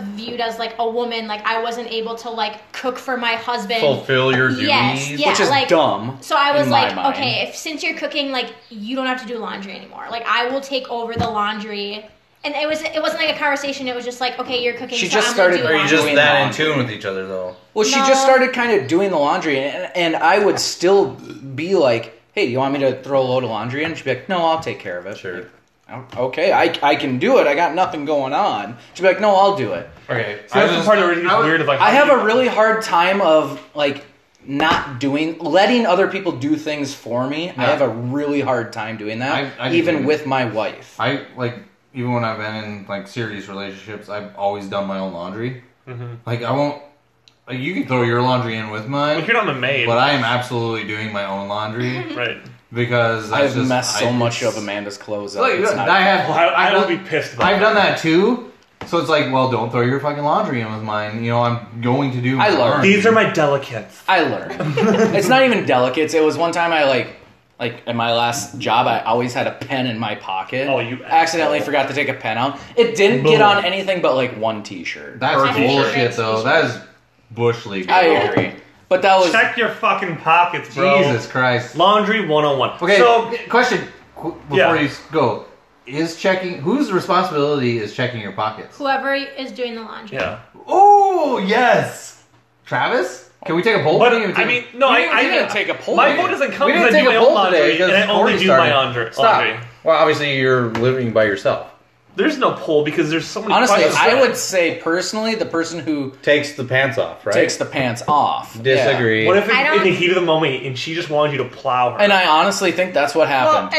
Speaker 2: viewed as like a woman, like I wasn't able to like cook for my husband.
Speaker 4: fulfill your duties
Speaker 2: Yes, yeah,
Speaker 5: Which is
Speaker 2: like,
Speaker 5: dumb.
Speaker 2: So I was
Speaker 5: in my
Speaker 2: like,
Speaker 5: mind.
Speaker 2: okay, if since you're cooking, like you don't have to do laundry anymore. Like I will take over the laundry. And it was it wasn't like a conversation. It was just like, okay, you're cooking.
Speaker 5: She
Speaker 2: so
Speaker 5: just
Speaker 2: I'm gonna
Speaker 5: started-
Speaker 2: Do
Speaker 4: Are you just
Speaker 5: Doing
Speaker 4: that in
Speaker 5: laundry.
Speaker 4: tune with each other though?
Speaker 5: Well, she
Speaker 2: No.
Speaker 5: just started kind of doing the laundry, and, and I would still be like, "Hey, you want me to throw a load of laundry in?" She'd be like, "No, I'll take care of it." "Oh,
Speaker 4: Sure.
Speaker 5: Okay, I, I can do it. I got nothing going on. She'd be like, "No, I'll do it."
Speaker 4: Okay.
Speaker 3: So that's the part that really gets
Speaker 4: I was-
Speaker 3: weird. Of like,
Speaker 5: I
Speaker 3: how
Speaker 5: have
Speaker 3: do you-
Speaker 5: a really hard time of like not doing, letting other people do things for me. I
Speaker 6: Yeah.
Speaker 5: have a really hard time doing that,
Speaker 6: I- I can
Speaker 5: even
Speaker 6: do
Speaker 5: with my wife.
Speaker 6: I like even when I've been in like serious relationships, I've always done my own laundry.
Speaker 3: Mm-hmm.
Speaker 6: Like I won't. Like you can throw your laundry in with
Speaker 3: Like,
Speaker 6: mine,
Speaker 3: you're not the maid,
Speaker 6: but I am absolutely doing my own laundry
Speaker 3: right?
Speaker 6: because
Speaker 5: I've
Speaker 6: that's just-
Speaker 5: messed so
Speaker 6: I-
Speaker 5: much
Speaker 6: it's-
Speaker 5: of Amanda's clothes up.
Speaker 6: Like,
Speaker 5: it's not,
Speaker 6: I have.
Speaker 3: I, I
Speaker 6: I've
Speaker 3: would
Speaker 6: done-
Speaker 3: be pissed about.
Speaker 6: I've
Speaker 3: that.
Speaker 6: done that too. So it's like, well, don't throw your fucking laundry in with mine. You know, I'm going to do. My
Speaker 5: I learned.
Speaker 6: laundry.
Speaker 3: These are my delicates.
Speaker 5: I learned. it's not even delicates. It was one time I like, like at my last job, I always had a pen in my pocket.
Speaker 3: Oh, you
Speaker 5: accidentally
Speaker 3: asshole.
Speaker 5: forgot to take a pen out. It didn't get
Speaker 3: Boom.
Speaker 5: on anything but like one T-shirt.
Speaker 6: That's
Speaker 2: Perfect.
Speaker 6: bullshit, though. That is bush league.
Speaker 5: I
Speaker 6: bro.
Speaker 5: agree, but that was
Speaker 3: Check your fucking pockets, bro.
Speaker 6: Jesus Christ.
Speaker 3: Laundry 101.
Speaker 6: Okay,
Speaker 3: So
Speaker 6: question qu- before
Speaker 3: Yeah.
Speaker 6: you s- go: Is checking whose responsibility is checking your pockets?
Speaker 2: Whoever is doing the laundry.
Speaker 3: yeah,
Speaker 6: Oh yes, Travis. Can we take a poll?
Speaker 3: but
Speaker 6: We didn't
Speaker 3: I
Speaker 6: take-
Speaker 3: mean, no,
Speaker 5: We
Speaker 3: I,
Speaker 5: didn't-
Speaker 3: I
Speaker 5: we didn't take a poll.
Speaker 3: My vote doesn't count
Speaker 6: we
Speaker 3: because
Speaker 6: didn't take
Speaker 3: I do
Speaker 6: a
Speaker 3: my own
Speaker 6: poll today
Speaker 3: laundry
Speaker 6: because
Speaker 3: and I only
Speaker 6: Corey
Speaker 3: do
Speaker 6: started.
Speaker 3: my laundry.
Speaker 6: Stop.
Speaker 3: laundry.
Speaker 4: Well, obviously you're living by yourself.
Speaker 3: There's no poll because there's so many.
Speaker 5: honestly.
Speaker 3: questions
Speaker 5: I
Speaker 3: left.
Speaker 5: would say personally, the person who
Speaker 4: Takes the pants off, right?
Speaker 5: takes the pants off.
Speaker 4: Disagree.
Speaker 3: What if
Speaker 2: I
Speaker 3: it's in
Speaker 2: don't-
Speaker 3: the heat of the moment and she just wanted you to plow her?
Speaker 5: Yeah. And I honestly think that's what happened.
Speaker 2: Well,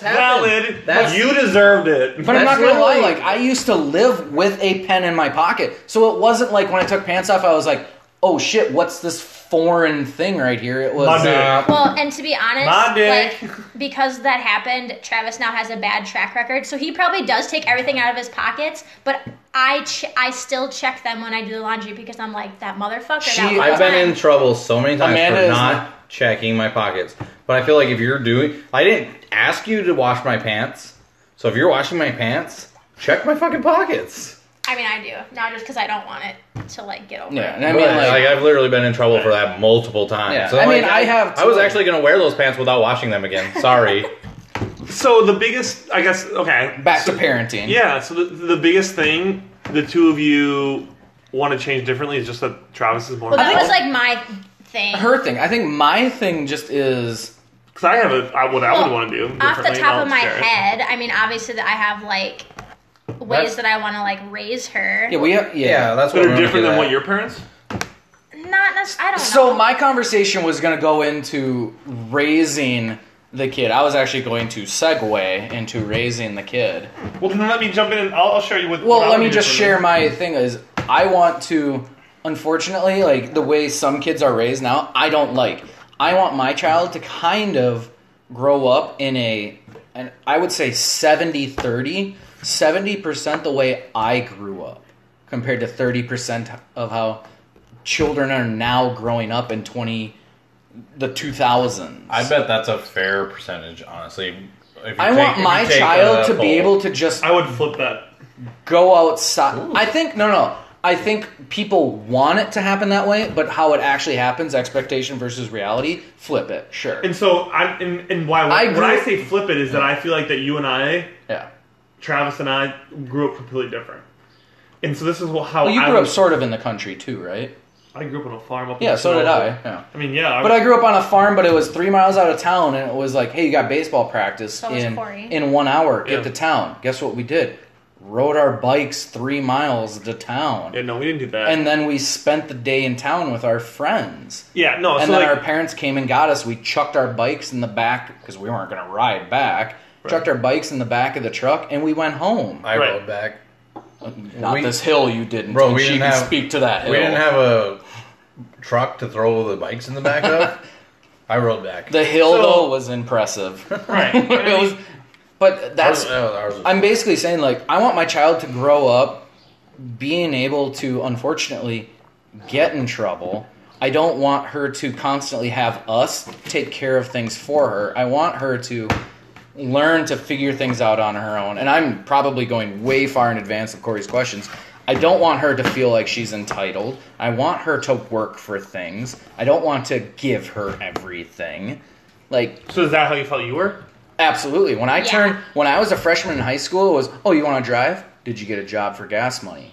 Speaker 4: that's happened.
Speaker 3: Valid.
Speaker 4: That's
Speaker 3: you deserved it.
Speaker 5: But I'm not
Speaker 4: That's
Speaker 5: gonna lie,
Speaker 4: literally-
Speaker 5: like I used to live with a pen in my pocket. So it wasn't like when I took pants off, I was like, oh shit, what's this foreign thing right here? It was
Speaker 3: My dude.
Speaker 5: uh,
Speaker 2: Well, and to be honest,
Speaker 3: My dick.
Speaker 2: like because that happened, Travis now has a bad track record. So he probably does take everything out of his pockets, but I ch- I still check them when I do the laundry because I'm like that motherfucker.
Speaker 5: She-
Speaker 2: that one
Speaker 4: I've
Speaker 2: time."
Speaker 4: been in trouble so many times
Speaker 5: Amanda
Speaker 4: for
Speaker 5: is
Speaker 4: not
Speaker 5: not-
Speaker 4: checking my pockets. But I feel like if you're doing, I didn't ask you to wash my pants, so if you're washing my pants, check my fucking pockets.
Speaker 2: I mean, I do not just because I don't want it to like get over.
Speaker 5: Yeah,
Speaker 2: it.
Speaker 5: and I mean,
Speaker 4: Right,
Speaker 5: like,
Speaker 4: like, I've literally been in trouble for that multiple times.
Speaker 5: Yeah.
Speaker 4: I'm
Speaker 5: I mean,
Speaker 4: like,
Speaker 5: I have
Speaker 4: I was
Speaker 5: too.
Speaker 4: actually gonna wear those pants without washing them again. Sorry.
Speaker 3: So the biggest, I guess, okay.
Speaker 5: back
Speaker 3: so,
Speaker 5: to parenting.
Speaker 3: Yeah. So the, the biggest thing the two of you want to change differently is just that Travis is more.
Speaker 2: Well, that
Speaker 5: think-
Speaker 2: was like my thing.
Speaker 5: her thing. I think my thing just is
Speaker 3: Because I have a I, what I would want to do
Speaker 2: off the
Speaker 3: differently, and
Speaker 2: top
Speaker 3: I'll
Speaker 2: of my
Speaker 3: share it.
Speaker 2: head. I mean, obviously, that I have like ways
Speaker 4: That's-
Speaker 2: that I want to like raise her.
Speaker 5: yeah we have
Speaker 4: Yeah,
Speaker 5: yeah.
Speaker 4: that's what
Speaker 3: That
Speaker 4: we're
Speaker 3: are
Speaker 4: gonna
Speaker 3: different
Speaker 4: do
Speaker 3: than
Speaker 4: that.
Speaker 3: what your parents.
Speaker 2: Not necessarily. I don't know.
Speaker 5: So my conversation was gonna go into raising the kid. I was actually going to segue into raising the kid.
Speaker 3: Well, then let me jump in and I'll, I'll share you with.
Speaker 5: Well,
Speaker 3: what I
Speaker 5: let
Speaker 3: would
Speaker 5: me
Speaker 3: do Hmm.
Speaker 5: just
Speaker 3: differently.
Speaker 5: share my thing is I want to unfortunately like the way some kids are raised now, I don't like. I want my child to kind of grow up in a and I would say 70-30, 70% the way I grew up compared to 30% of how children are now growing up in 20 the 2000s.
Speaker 4: I bet that's a fair percentage, honestly. If you take-
Speaker 5: I
Speaker 4: if
Speaker 5: want
Speaker 4: you
Speaker 5: my
Speaker 4: take
Speaker 5: child
Speaker 4: a
Speaker 5: to be
Speaker 4: poll.
Speaker 5: able to just
Speaker 3: I would flip that.
Speaker 5: go outside. I think no, no. I think people want it to happen that way, but how it actually happens, expectation versus reality, flip it. Sure.
Speaker 3: And so I and, and why
Speaker 5: I
Speaker 3: when
Speaker 5: grew-
Speaker 3: I say flip it is that I feel like that you and I,
Speaker 5: yeah.
Speaker 3: Travis and I, grew up completely different. And so this is wh- how
Speaker 5: Well, you
Speaker 3: I
Speaker 5: grew up
Speaker 3: was-
Speaker 5: sort of in the country too, right?
Speaker 3: I grew up on a farm up. in
Speaker 5: Yeah. So did I.
Speaker 3: Sonoma.
Speaker 5: Yeah.
Speaker 3: I mean, yeah.
Speaker 5: But I grew up on a farm, but it was three miles out of town, and it was like, hey, you got baseball practice
Speaker 2: So was
Speaker 5: in
Speaker 2: Corey.
Speaker 5: in one hour.
Speaker 3: Yeah.
Speaker 5: Get to town. Guess what we did? Rode our bikes three miles to town,
Speaker 3: Yeah, no, we didn't do that.
Speaker 5: and then we spent the day in town with our friends.
Speaker 3: yeah, no.
Speaker 5: and
Speaker 3: so
Speaker 5: then
Speaker 3: like,
Speaker 5: our parents came and got us. We chucked our bikes in the back because we weren't going to ride back. Chucked our bikes in the back of the truck and we went home.
Speaker 4: I
Speaker 3: Right.
Speaker 4: rode back.
Speaker 5: Not
Speaker 4: we-
Speaker 5: this hill you didn't.
Speaker 4: Bro,
Speaker 5: and
Speaker 4: we
Speaker 5: she
Speaker 4: didn't
Speaker 5: can
Speaker 4: have-
Speaker 5: speak to that hill.
Speaker 4: We didn't have a truck to throw the bikes in the back of. I rode back.
Speaker 5: the hill
Speaker 3: So-
Speaker 5: though was impressive.
Speaker 3: right.
Speaker 5: it was, but that's.
Speaker 4: Ours- ours was-
Speaker 5: I'm basically saying like I want my child to grow up being able to unfortunately get in trouble. I don't want her to constantly have us take care of things for her. I want her to learn to figure things out on her own. And I'm probably going way far in advance of Corey's questions. I don't want her to feel like she's entitled. I want her to work for things. I don't want to give her everything. Like
Speaker 3: so is that how you felt you were?
Speaker 5: Absolutely. When I
Speaker 2: Yeah.
Speaker 5: turned, when I was a freshman in high school, it was, oh, you want to drive? Did you get a job for gas money?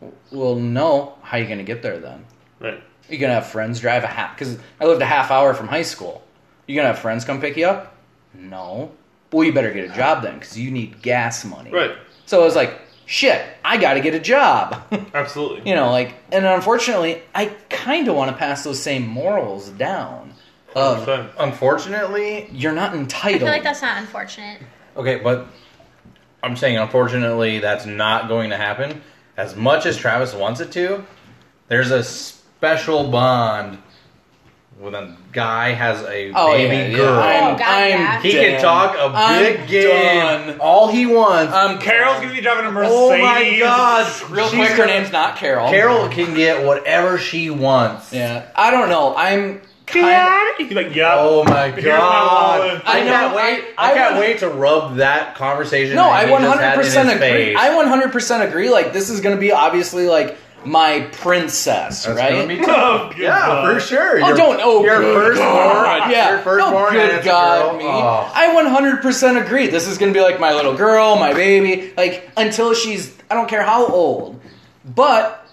Speaker 5: W- Well, no. How are you going to get there then?
Speaker 3: Right.
Speaker 5: you going to have friends drive a half, because I lived a half hour from high school. you going to have friends come pick you up? No. Well, you better get a job then, because you need gas money.
Speaker 3: Right.
Speaker 5: So I was like, shit, I got to get a job.
Speaker 3: Absolutely.
Speaker 5: you know, like, and unfortunately, I kind of want to pass those same morals down of
Speaker 3: Done.
Speaker 4: Unfortunately,
Speaker 5: you're not entitled.
Speaker 2: I feel like that's not unfortunate.
Speaker 4: Okay, but I'm saying unfortunately that's not going to happen. As much as Travis wants it to, there's a special bond when a guy has a baby
Speaker 5: Oh, yeah,
Speaker 4: girl.
Speaker 5: Yeah. I'm,
Speaker 2: Oh, God,
Speaker 5: I'm
Speaker 2: yeah.
Speaker 4: He
Speaker 5: done.
Speaker 4: can talk a
Speaker 5: I'm
Speaker 4: big game
Speaker 5: done.
Speaker 4: all he wants.
Speaker 5: Um,
Speaker 3: Carol's gonna be driving a Mercedes.
Speaker 4: oh my god!
Speaker 5: Real
Speaker 4: she's
Speaker 5: quick, her
Speaker 4: gonna-
Speaker 5: name's not Carol.
Speaker 4: Carol can get whatever she wants.
Speaker 5: Yeah. I don't know. I'm kind.
Speaker 3: Dad. He's like, yeah.
Speaker 4: Oh my
Speaker 3: Here's my
Speaker 4: god!
Speaker 3: wallet.
Speaker 4: I,
Speaker 5: I know,
Speaker 4: can't wait.
Speaker 5: I-
Speaker 4: I,
Speaker 5: I
Speaker 4: can't
Speaker 5: would-
Speaker 4: wait to rub that conversation.
Speaker 5: No,
Speaker 4: that
Speaker 5: I
Speaker 4: he just had in
Speaker 5: 100%
Speaker 4: his
Speaker 5: agree.
Speaker 4: face.
Speaker 5: I 100% agree. Like this is gonna be obviously like my princess,
Speaker 4: That's
Speaker 5: right?
Speaker 4: gonna be tough.
Speaker 3: Oh, good
Speaker 4: Yeah,
Speaker 3: God.
Speaker 4: for sure.
Speaker 5: Oh,
Speaker 4: Your-
Speaker 5: don't oh
Speaker 4: your
Speaker 5: good
Speaker 4: firstborn.
Speaker 5: God. Yeah,
Speaker 4: your firstborn.
Speaker 5: Oh,
Speaker 4: and
Speaker 5: good
Speaker 4: it's a
Speaker 5: God,
Speaker 4: girl.
Speaker 5: me.
Speaker 4: Oh.
Speaker 5: I 100% agree. This is gonna be like my little girl, my baby. Like until she's, I don't care how old, but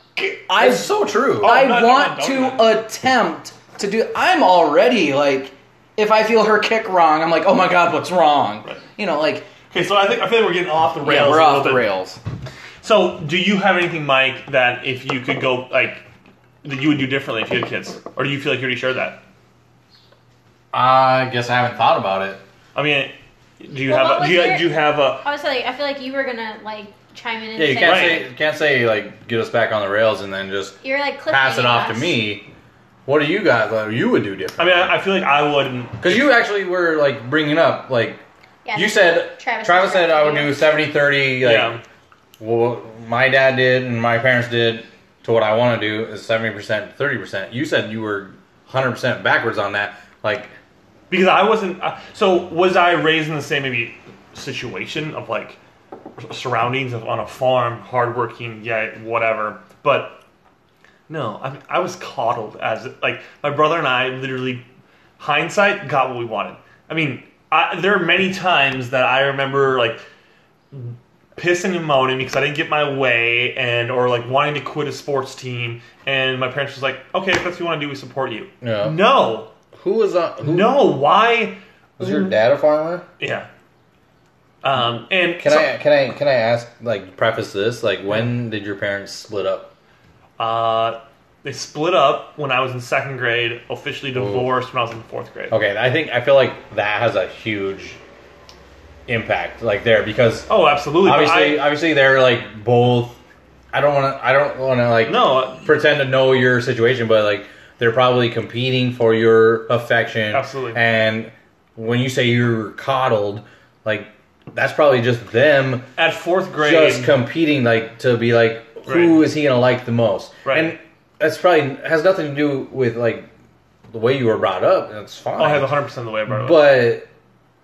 Speaker 5: I
Speaker 4: It's so true.
Speaker 5: I
Speaker 3: Oh, no, no,
Speaker 5: want
Speaker 3: no,
Speaker 5: to
Speaker 3: don't
Speaker 5: attempt to do. I'm already like, if I feel her kick wrong, I'm like, oh my god, what's wrong?
Speaker 3: Right.
Speaker 5: You know, like
Speaker 3: Okay, so I think I feel like we're getting off the rails.
Speaker 5: yeah, we're
Speaker 3: a
Speaker 5: off
Speaker 3: little
Speaker 5: the
Speaker 3: bit.
Speaker 5: rails.
Speaker 3: So, do you have anything, Mike, that if you could go like that you would do differently if you had kids, or do you feel like you already shared that? Oh.
Speaker 4: I guess I haven't thought about it.
Speaker 3: I mean, do you
Speaker 2: Well, what
Speaker 3: have a,
Speaker 2: was
Speaker 3: do you,
Speaker 2: your-
Speaker 3: do you have a
Speaker 2: I was like, I feel like you were gonna like chime in and
Speaker 4: Yeah, you
Speaker 2: say
Speaker 4: can't
Speaker 3: Right.
Speaker 4: say you can't say like get us back on the rails and then just
Speaker 2: you're like clipping
Speaker 4: pass it off to me. What do you guys? Like, you would do
Speaker 3: I
Speaker 4: different?
Speaker 3: mean, I, I feel like I wouldn't.
Speaker 4: because you actually were like bringing up like
Speaker 2: Yeah,
Speaker 4: you said.
Speaker 2: Travis
Speaker 4: Travis, said I would do 70-30, Like,
Speaker 3: yeah,
Speaker 4: well, my dad did and my parents did to what I want to do is 70%, 30%. You said you were 100% backwards on that. Like,
Speaker 3: because I wasn't. Uh, so, was I raised in the same maybe situation of like surroundings of on a farm, hardworking, yet whatever. But no, I, I was coddled as like my brother and I literally hindsight got what we wanted. I mean, I, there are many times that I remember like pissing and moaning because I didn't get my way and or like wanting to quit a sports team and my parents was like, "Okay, if that's what you want to do, we support you."
Speaker 4: Yeah.
Speaker 3: No.
Speaker 4: Who was on? Who,
Speaker 3: No, why?
Speaker 4: Was your dad a farmer?
Speaker 3: Yeah. Um and
Speaker 4: Can
Speaker 3: so-
Speaker 4: I can I can I ask like preface this like when did your parents split up?
Speaker 3: Uh, they split up when I was in second grade, officially divorced when I was in fourth grade.
Speaker 4: Okay, I think I feel like that has a huge impact like there because
Speaker 3: Oh, absolutely. but
Speaker 4: obviously
Speaker 3: I,
Speaker 4: obviously they're like both. I don't want to I don't want to like
Speaker 3: no,
Speaker 4: pretend to know your situation, but like they're probably competing for your affection.
Speaker 3: Absolutely.
Speaker 4: And when you say you're coddled, like that's probably just them
Speaker 3: at fourth grade,
Speaker 4: just competing, like to be like, who
Speaker 3: Right.
Speaker 4: is he gonna like the most?
Speaker 3: Right.
Speaker 4: And that's probably has nothing to do with like the way you were brought up. That's fine.
Speaker 3: I'll oh, have 100 percent of the way about it.
Speaker 4: but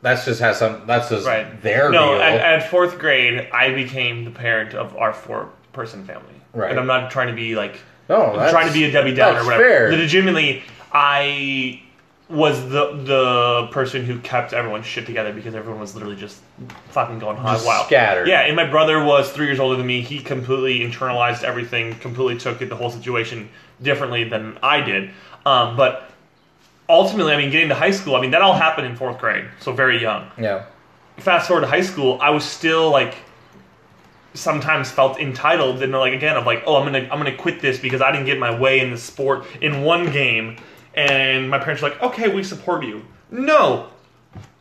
Speaker 4: that's just has some. That's just
Speaker 3: right
Speaker 4: their
Speaker 3: No,
Speaker 4: deal.
Speaker 3: At, at fourth grade, I became the parent of our four-person family.
Speaker 4: Right.
Speaker 3: And I'm not trying to be like
Speaker 4: no,
Speaker 3: I'm trying to be a Debbie Downer
Speaker 4: Oh, that's
Speaker 3: or whatever.
Speaker 4: fair.
Speaker 3: Legitimately, I was the the person who kept everyone's shit together because everyone was literally just fucking going hog
Speaker 4: Just
Speaker 3: wild.
Speaker 4: scattered.
Speaker 3: Yeah, and my brother was three years older than me. He completely internalized everything, completely took it, the whole situation differently than I did. Um, but ultimately, I mean, getting to high school, I mean, that all happened in fourth grade, so very young
Speaker 4: Yeah.
Speaker 3: fast forward to high school, I was still like sometimes felt entitled and like again of like, oh I'm gonna I'm gonna quit this because I didn't get my way in the sport in one game and my parents were like, Okay, we support you. No.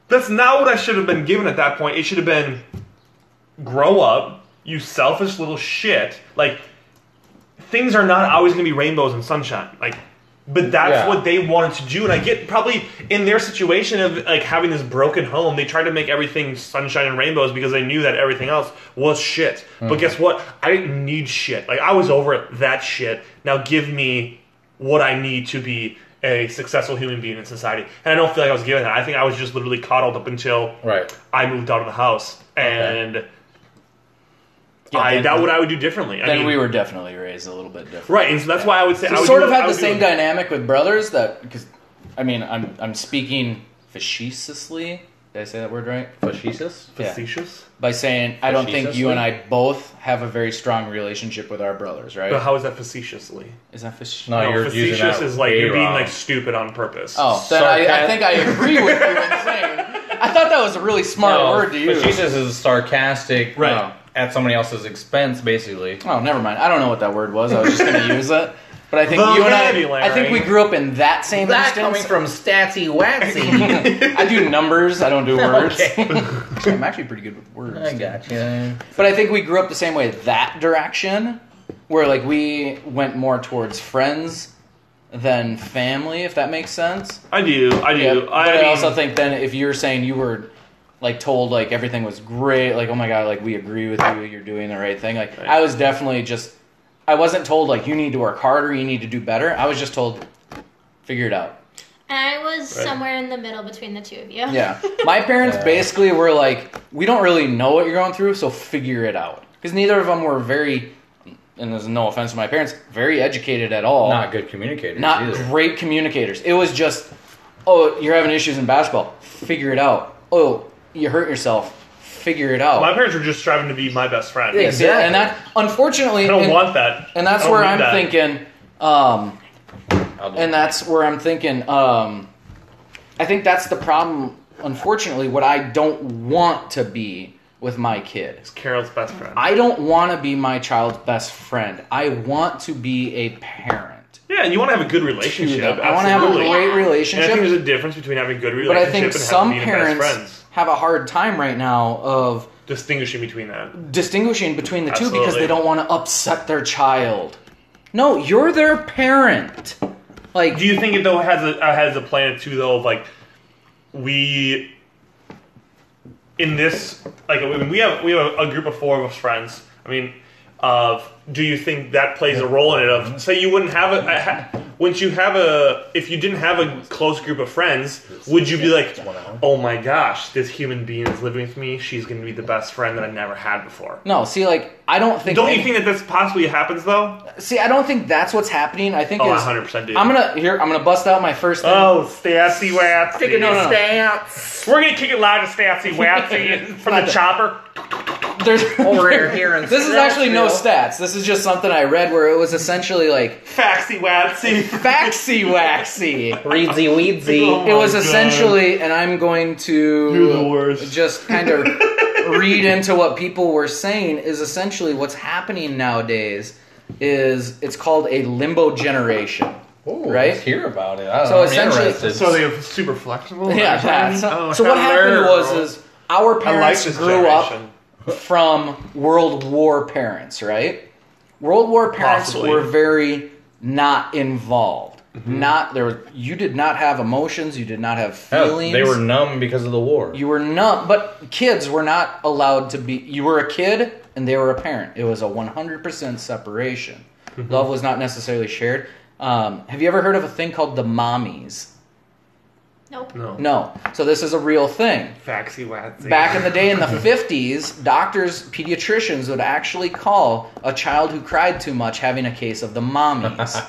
Speaker 3: That's not what I should have been given at that point. It should have been grow up, you selfish little shit. Like things are not always gonna be rainbows and sunshine. Like but that's
Speaker 4: Yeah.
Speaker 3: what they wanted to do, and I get probably in their situation of like having this broken home, they tried to make everything sunshine and rainbows because they knew that everything else was shit. But guess what? I didn't need shit. Like I was over that shit. Now give me what I need to be a successful human being in society. And I don't feel like I was given that. I think I was just literally coddled up until
Speaker 4: Right.
Speaker 3: I moved out of the house, and
Speaker 5: Yeah,
Speaker 3: I
Speaker 5: then-
Speaker 3: that what I would do differently. I
Speaker 5: Then
Speaker 3: mean,
Speaker 5: we were definitely raised a little bit different.
Speaker 3: right, and so that's why I would say I
Speaker 5: We
Speaker 3: would
Speaker 5: sort
Speaker 3: do-
Speaker 5: of
Speaker 3: I
Speaker 5: had the
Speaker 3: would do-
Speaker 5: same dynamic with brothers that because I mean I'm I'm speaking facetiously. Did I say that word right?
Speaker 4: Fascistus.
Speaker 5: Yeah.
Speaker 3: facetious.
Speaker 5: By saying I don't think you
Speaker 4: Facetiously?
Speaker 5: and I both have a very strong relationship with our brothers, right?
Speaker 3: But how is that facetiously?
Speaker 5: Is that facetious?
Speaker 4: No,
Speaker 3: No,
Speaker 4: you're using
Speaker 3: facetious
Speaker 4: that
Speaker 3: is like
Speaker 4: way
Speaker 3: you're being
Speaker 4: wrong.
Speaker 3: like stupid on purpose.
Speaker 5: Oh, then I, I
Speaker 4: sarcasm.
Speaker 5: think I agree with you in saying. I thought that was a really smart
Speaker 4: No,
Speaker 5: word to use.
Speaker 4: Fascistus is sarcastic.
Speaker 5: Right.
Speaker 4: no, At somebody else's expense, basically.
Speaker 5: Oh, never mind. I don't know what that word was. I was just going to use it. But I think you and I,
Speaker 3: Vocabulary.
Speaker 5: I think we grew up in that same
Speaker 4: That coming
Speaker 5: instance.
Speaker 4: from Statsy Watsy.
Speaker 5: I do numbers. I don't do words.
Speaker 4: Okay.
Speaker 5: I'm actually pretty good with words.
Speaker 4: I
Speaker 5: dude.
Speaker 4: gotcha.
Speaker 5: But I think we grew up the same way that direction, where like we went more towards friends than family, if that makes sense.
Speaker 3: I do, I do.
Speaker 5: Yeah, but
Speaker 3: I,
Speaker 5: I,
Speaker 3: mean,
Speaker 5: also think then if you're saying you were like told like everything was great, like oh my god, like we agree with you, you're doing the right thing. Like I was definitely just, I wasn't told like you need to work harder, you need to do better. I was just told, figure it out.
Speaker 2: And I was somewhere in the middle between the two of you.
Speaker 5: Yeah, my parents basically were like, we don't really know what you're going through, so figure it out. Because neither of them were very, and there's no offense to my parents, very educated at all
Speaker 4: Not good communicators.
Speaker 5: not
Speaker 4: either.
Speaker 5: great communicators. It was just, oh, you're having issues in basketball. Figure it out. Oh, you hurt yourself. Figure it out.
Speaker 3: my parents were just striving to be my best friend.
Speaker 5: Yeah, see,
Speaker 4: Exactly.
Speaker 5: And that, unfortunately,
Speaker 3: I don't
Speaker 5: and,
Speaker 3: want that.
Speaker 5: and that's
Speaker 3: I don't
Speaker 5: where
Speaker 3: need
Speaker 5: I'm
Speaker 3: that.
Speaker 5: thinking. Um,
Speaker 4: I'll do
Speaker 5: and that's where I'm thinking. Um, I think that's the problem. Unfortunately, what I don't want to be with my kid.
Speaker 3: Carol's best friend.
Speaker 5: I don't want to be my child's best friend. I want to be a parent.
Speaker 3: yeah, and you want to have a good
Speaker 5: to them.
Speaker 3: relationship.
Speaker 5: I want to have a
Speaker 3: absolutely.
Speaker 5: great
Speaker 3: And I
Speaker 5: relationship.
Speaker 3: think there's a difference between having a good
Speaker 5: But
Speaker 3: relationship
Speaker 5: I think
Speaker 3: and having
Speaker 5: some
Speaker 3: being best
Speaker 5: parents
Speaker 3: friends.
Speaker 5: have a hard time right now of
Speaker 3: Distinguishing between that.
Speaker 5: distinguishing between the two because
Speaker 3: Absolutely.
Speaker 5: they don't want to upset their child. No, you're their parent. Like
Speaker 3: Do you think it though has a uh, has a planet too though of like we in this like I mean, we have we have a group of four of us friends. I mean, of do you think that plays a role in it? Of say you wouldn't have a, a ha- once you have a, if you didn't have a close group of friends, would you be like, oh my gosh, this human being is living with me. She's going to be the best friend that I've never had before.
Speaker 5: No, see, like I don't think.
Speaker 3: Don't
Speaker 5: any-
Speaker 3: you think that this possibly happens though?
Speaker 5: See, I don't think that's what's happening. I think
Speaker 3: Oh,
Speaker 5: is-
Speaker 3: 100% dude.
Speaker 5: I'm gonna here. I'm gonna bust out my first. Thing.
Speaker 3: Oh, Stacy Watsy.
Speaker 5: Take it, no, no, no.
Speaker 3: We're going to kick it loud to Stacy Watsy from the chopper.
Speaker 5: There's
Speaker 4: Over here, here in
Speaker 5: This is actually no
Speaker 4: Nashville.
Speaker 5: stats. This is just something I read where it was essentially like
Speaker 3: Faxy Watsy.
Speaker 5: faxy waxy. It
Speaker 4: Reedsy weedsy.
Speaker 3: Oh my
Speaker 5: was
Speaker 3: God.
Speaker 5: essentially, and I'm going to
Speaker 3: You're the worst.
Speaker 5: just kind of read into what people were saying is essentially what's happening nowadays is it's called a limbo generation.
Speaker 4: Ooh,
Speaker 5: Right?
Speaker 4: Let's hear about it. I
Speaker 5: So
Speaker 4: so
Speaker 5: essentially-
Speaker 4: essentially,
Speaker 3: So they are super flexible.
Speaker 5: Yeah, that's- so what happened was is
Speaker 3: Oh, I
Speaker 5: our
Speaker 3: like
Speaker 5: parents
Speaker 3: this
Speaker 5: grew
Speaker 3: generation.
Speaker 5: up from World War parents, right? World War parents
Speaker 3: Possibly. Mm-hmm.
Speaker 5: were very not involved. Not there. were- You did not have emotions. You did not have feelings.
Speaker 4: Oh, they were numb because of the war.
Speaker 5: You were numb. But kids were not allowed to be. You were a kid, and they were a parent. It was a one hundred percent separation. Love was not necessarily shared. Um, have you ever heard of a thing called the mommies?
Speaker 2: Nope.
Speaker 3: no.
Speaker 5: No. So this is a real thing.
Speaker 3: Faxy Watsy.
Speaker 5: Back in the day in the 50s, doctors, pediatricians would actually call a child who cried too much having a case of the mommies.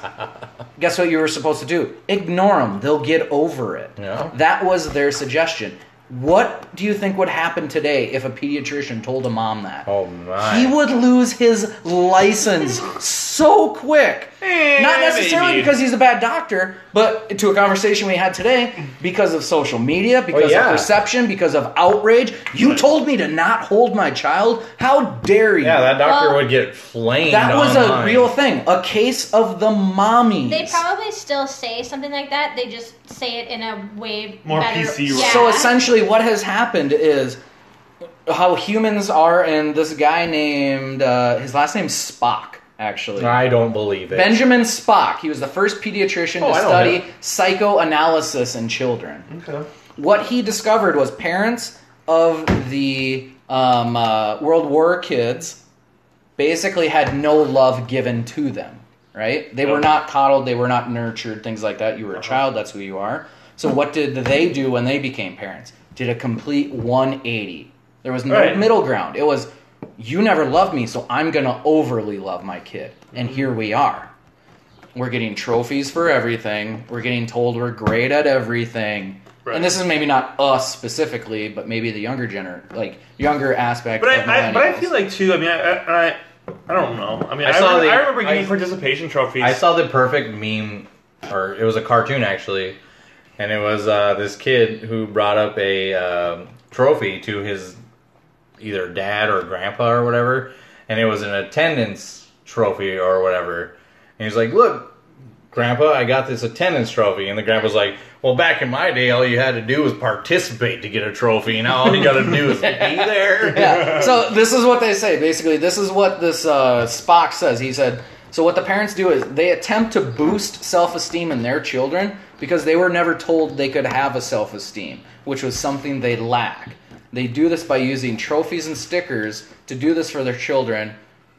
Speaker 5: Guess what you were supposed to do? Ignore them. They'll get over it.
Speaker 4: Yeah.
Speaker 5: That was their suggestion. What do you think would happen today if a pediatrician told a mom that?
Speaker 4: oh my!
Speaker 5: He would lose his license so quick.
Speaker 4: Eh,
Speaker 5: Not necessarily
Speaker 3: maybe.
Speaker 5: because he's a bad doctor, but to a conversation we had today, because of social media, because
Speaker 4: Oh, yeah.
Speaker 5: of perception, because of outrage. You told me to not hold my child. How dare you?
Speaker 4: yeah, that doctor
Speaker 2: Well-
Speaker 4: would get flamed.
Speaker 5: That was a
Speaker 4: online.
Speaker 5: real thing. A case of the mommies.
Speaker 2: They probably still say something like that. They just say it in a way
Speaker 3: More
Speaker 2: better.
Speaker 3: PC
Speaker 2: Yeah.
Speaker 5: So essentially, what has happened is how humans are, and this guy named uh, his last name's Spock. Actually,
Speaker 4: I don't believe it.
Speaker 5: Benjamin Spock. He was the first pediatrician
Speaker 4: Oh,
Speaker 5: to
Speaker 4: I know
Speaker 5: study
Speaker 4: him.
Speaker 5: psychoanalysis in children.
Speaker 3: Okay.
Speaker 5: What he discovered was parents of the um, uh, World War kids basically had no love given to them, right? They were
Speaker 3: Yep. Uh-huh.
Speaker 5: not coddled, they were not nurtured, things like that. You were a child, that's who you are. So, what did they do when they became parents? Did a complete 180. There was no
Speaker 3: Right.
Speaker 5: middle ground. It was, you never loved me, so I'm going to overly love my kid.
Speaker 3: Mm-hmm.
Speaker 5: And here we are. We're getting trophies for everything. We're getting told we're great at everything.
Speaker 3: Right.
Speaker 5: And this is maybe not us specifically, but maybe the younger gener, like younger aspect.
Speaker 3: But
Speaker 5: of
Speaker 3: I, I, but I
Speaker 5: millennials.
Speaker 3: feel like too. I mean, I, I, I- I don't know. I mean, I,
Speaker 4: I saw
Speaker 3: re-
Speaker 4: the-
Speaker 3: I remember getting
Speaker 4: I-
Speaker 3: participation trophies.
Speaker 4: I saw the perfect meme, or it was a cartoon actually, and it was uh, this kid who brought up a um, trophy to his either dad or grandpa or whatever, and it was an attendance trophy or whatever. And he's like, "Look, grandpa, I got this attendance trophy." And the grandpa's like, "Well, back in my day, all you had to do was participate to get a trophy. Now all you got to do is be there."
Speaker 5: yeah. So this is what they say. Basically, this is what this uh, Spock says. He said, "So what the parents do is they attempt to boost self-esteem in their children because they were never told they could have a self-esteem, which was something they lack. They do this by using trophies and stickers to do this for their children."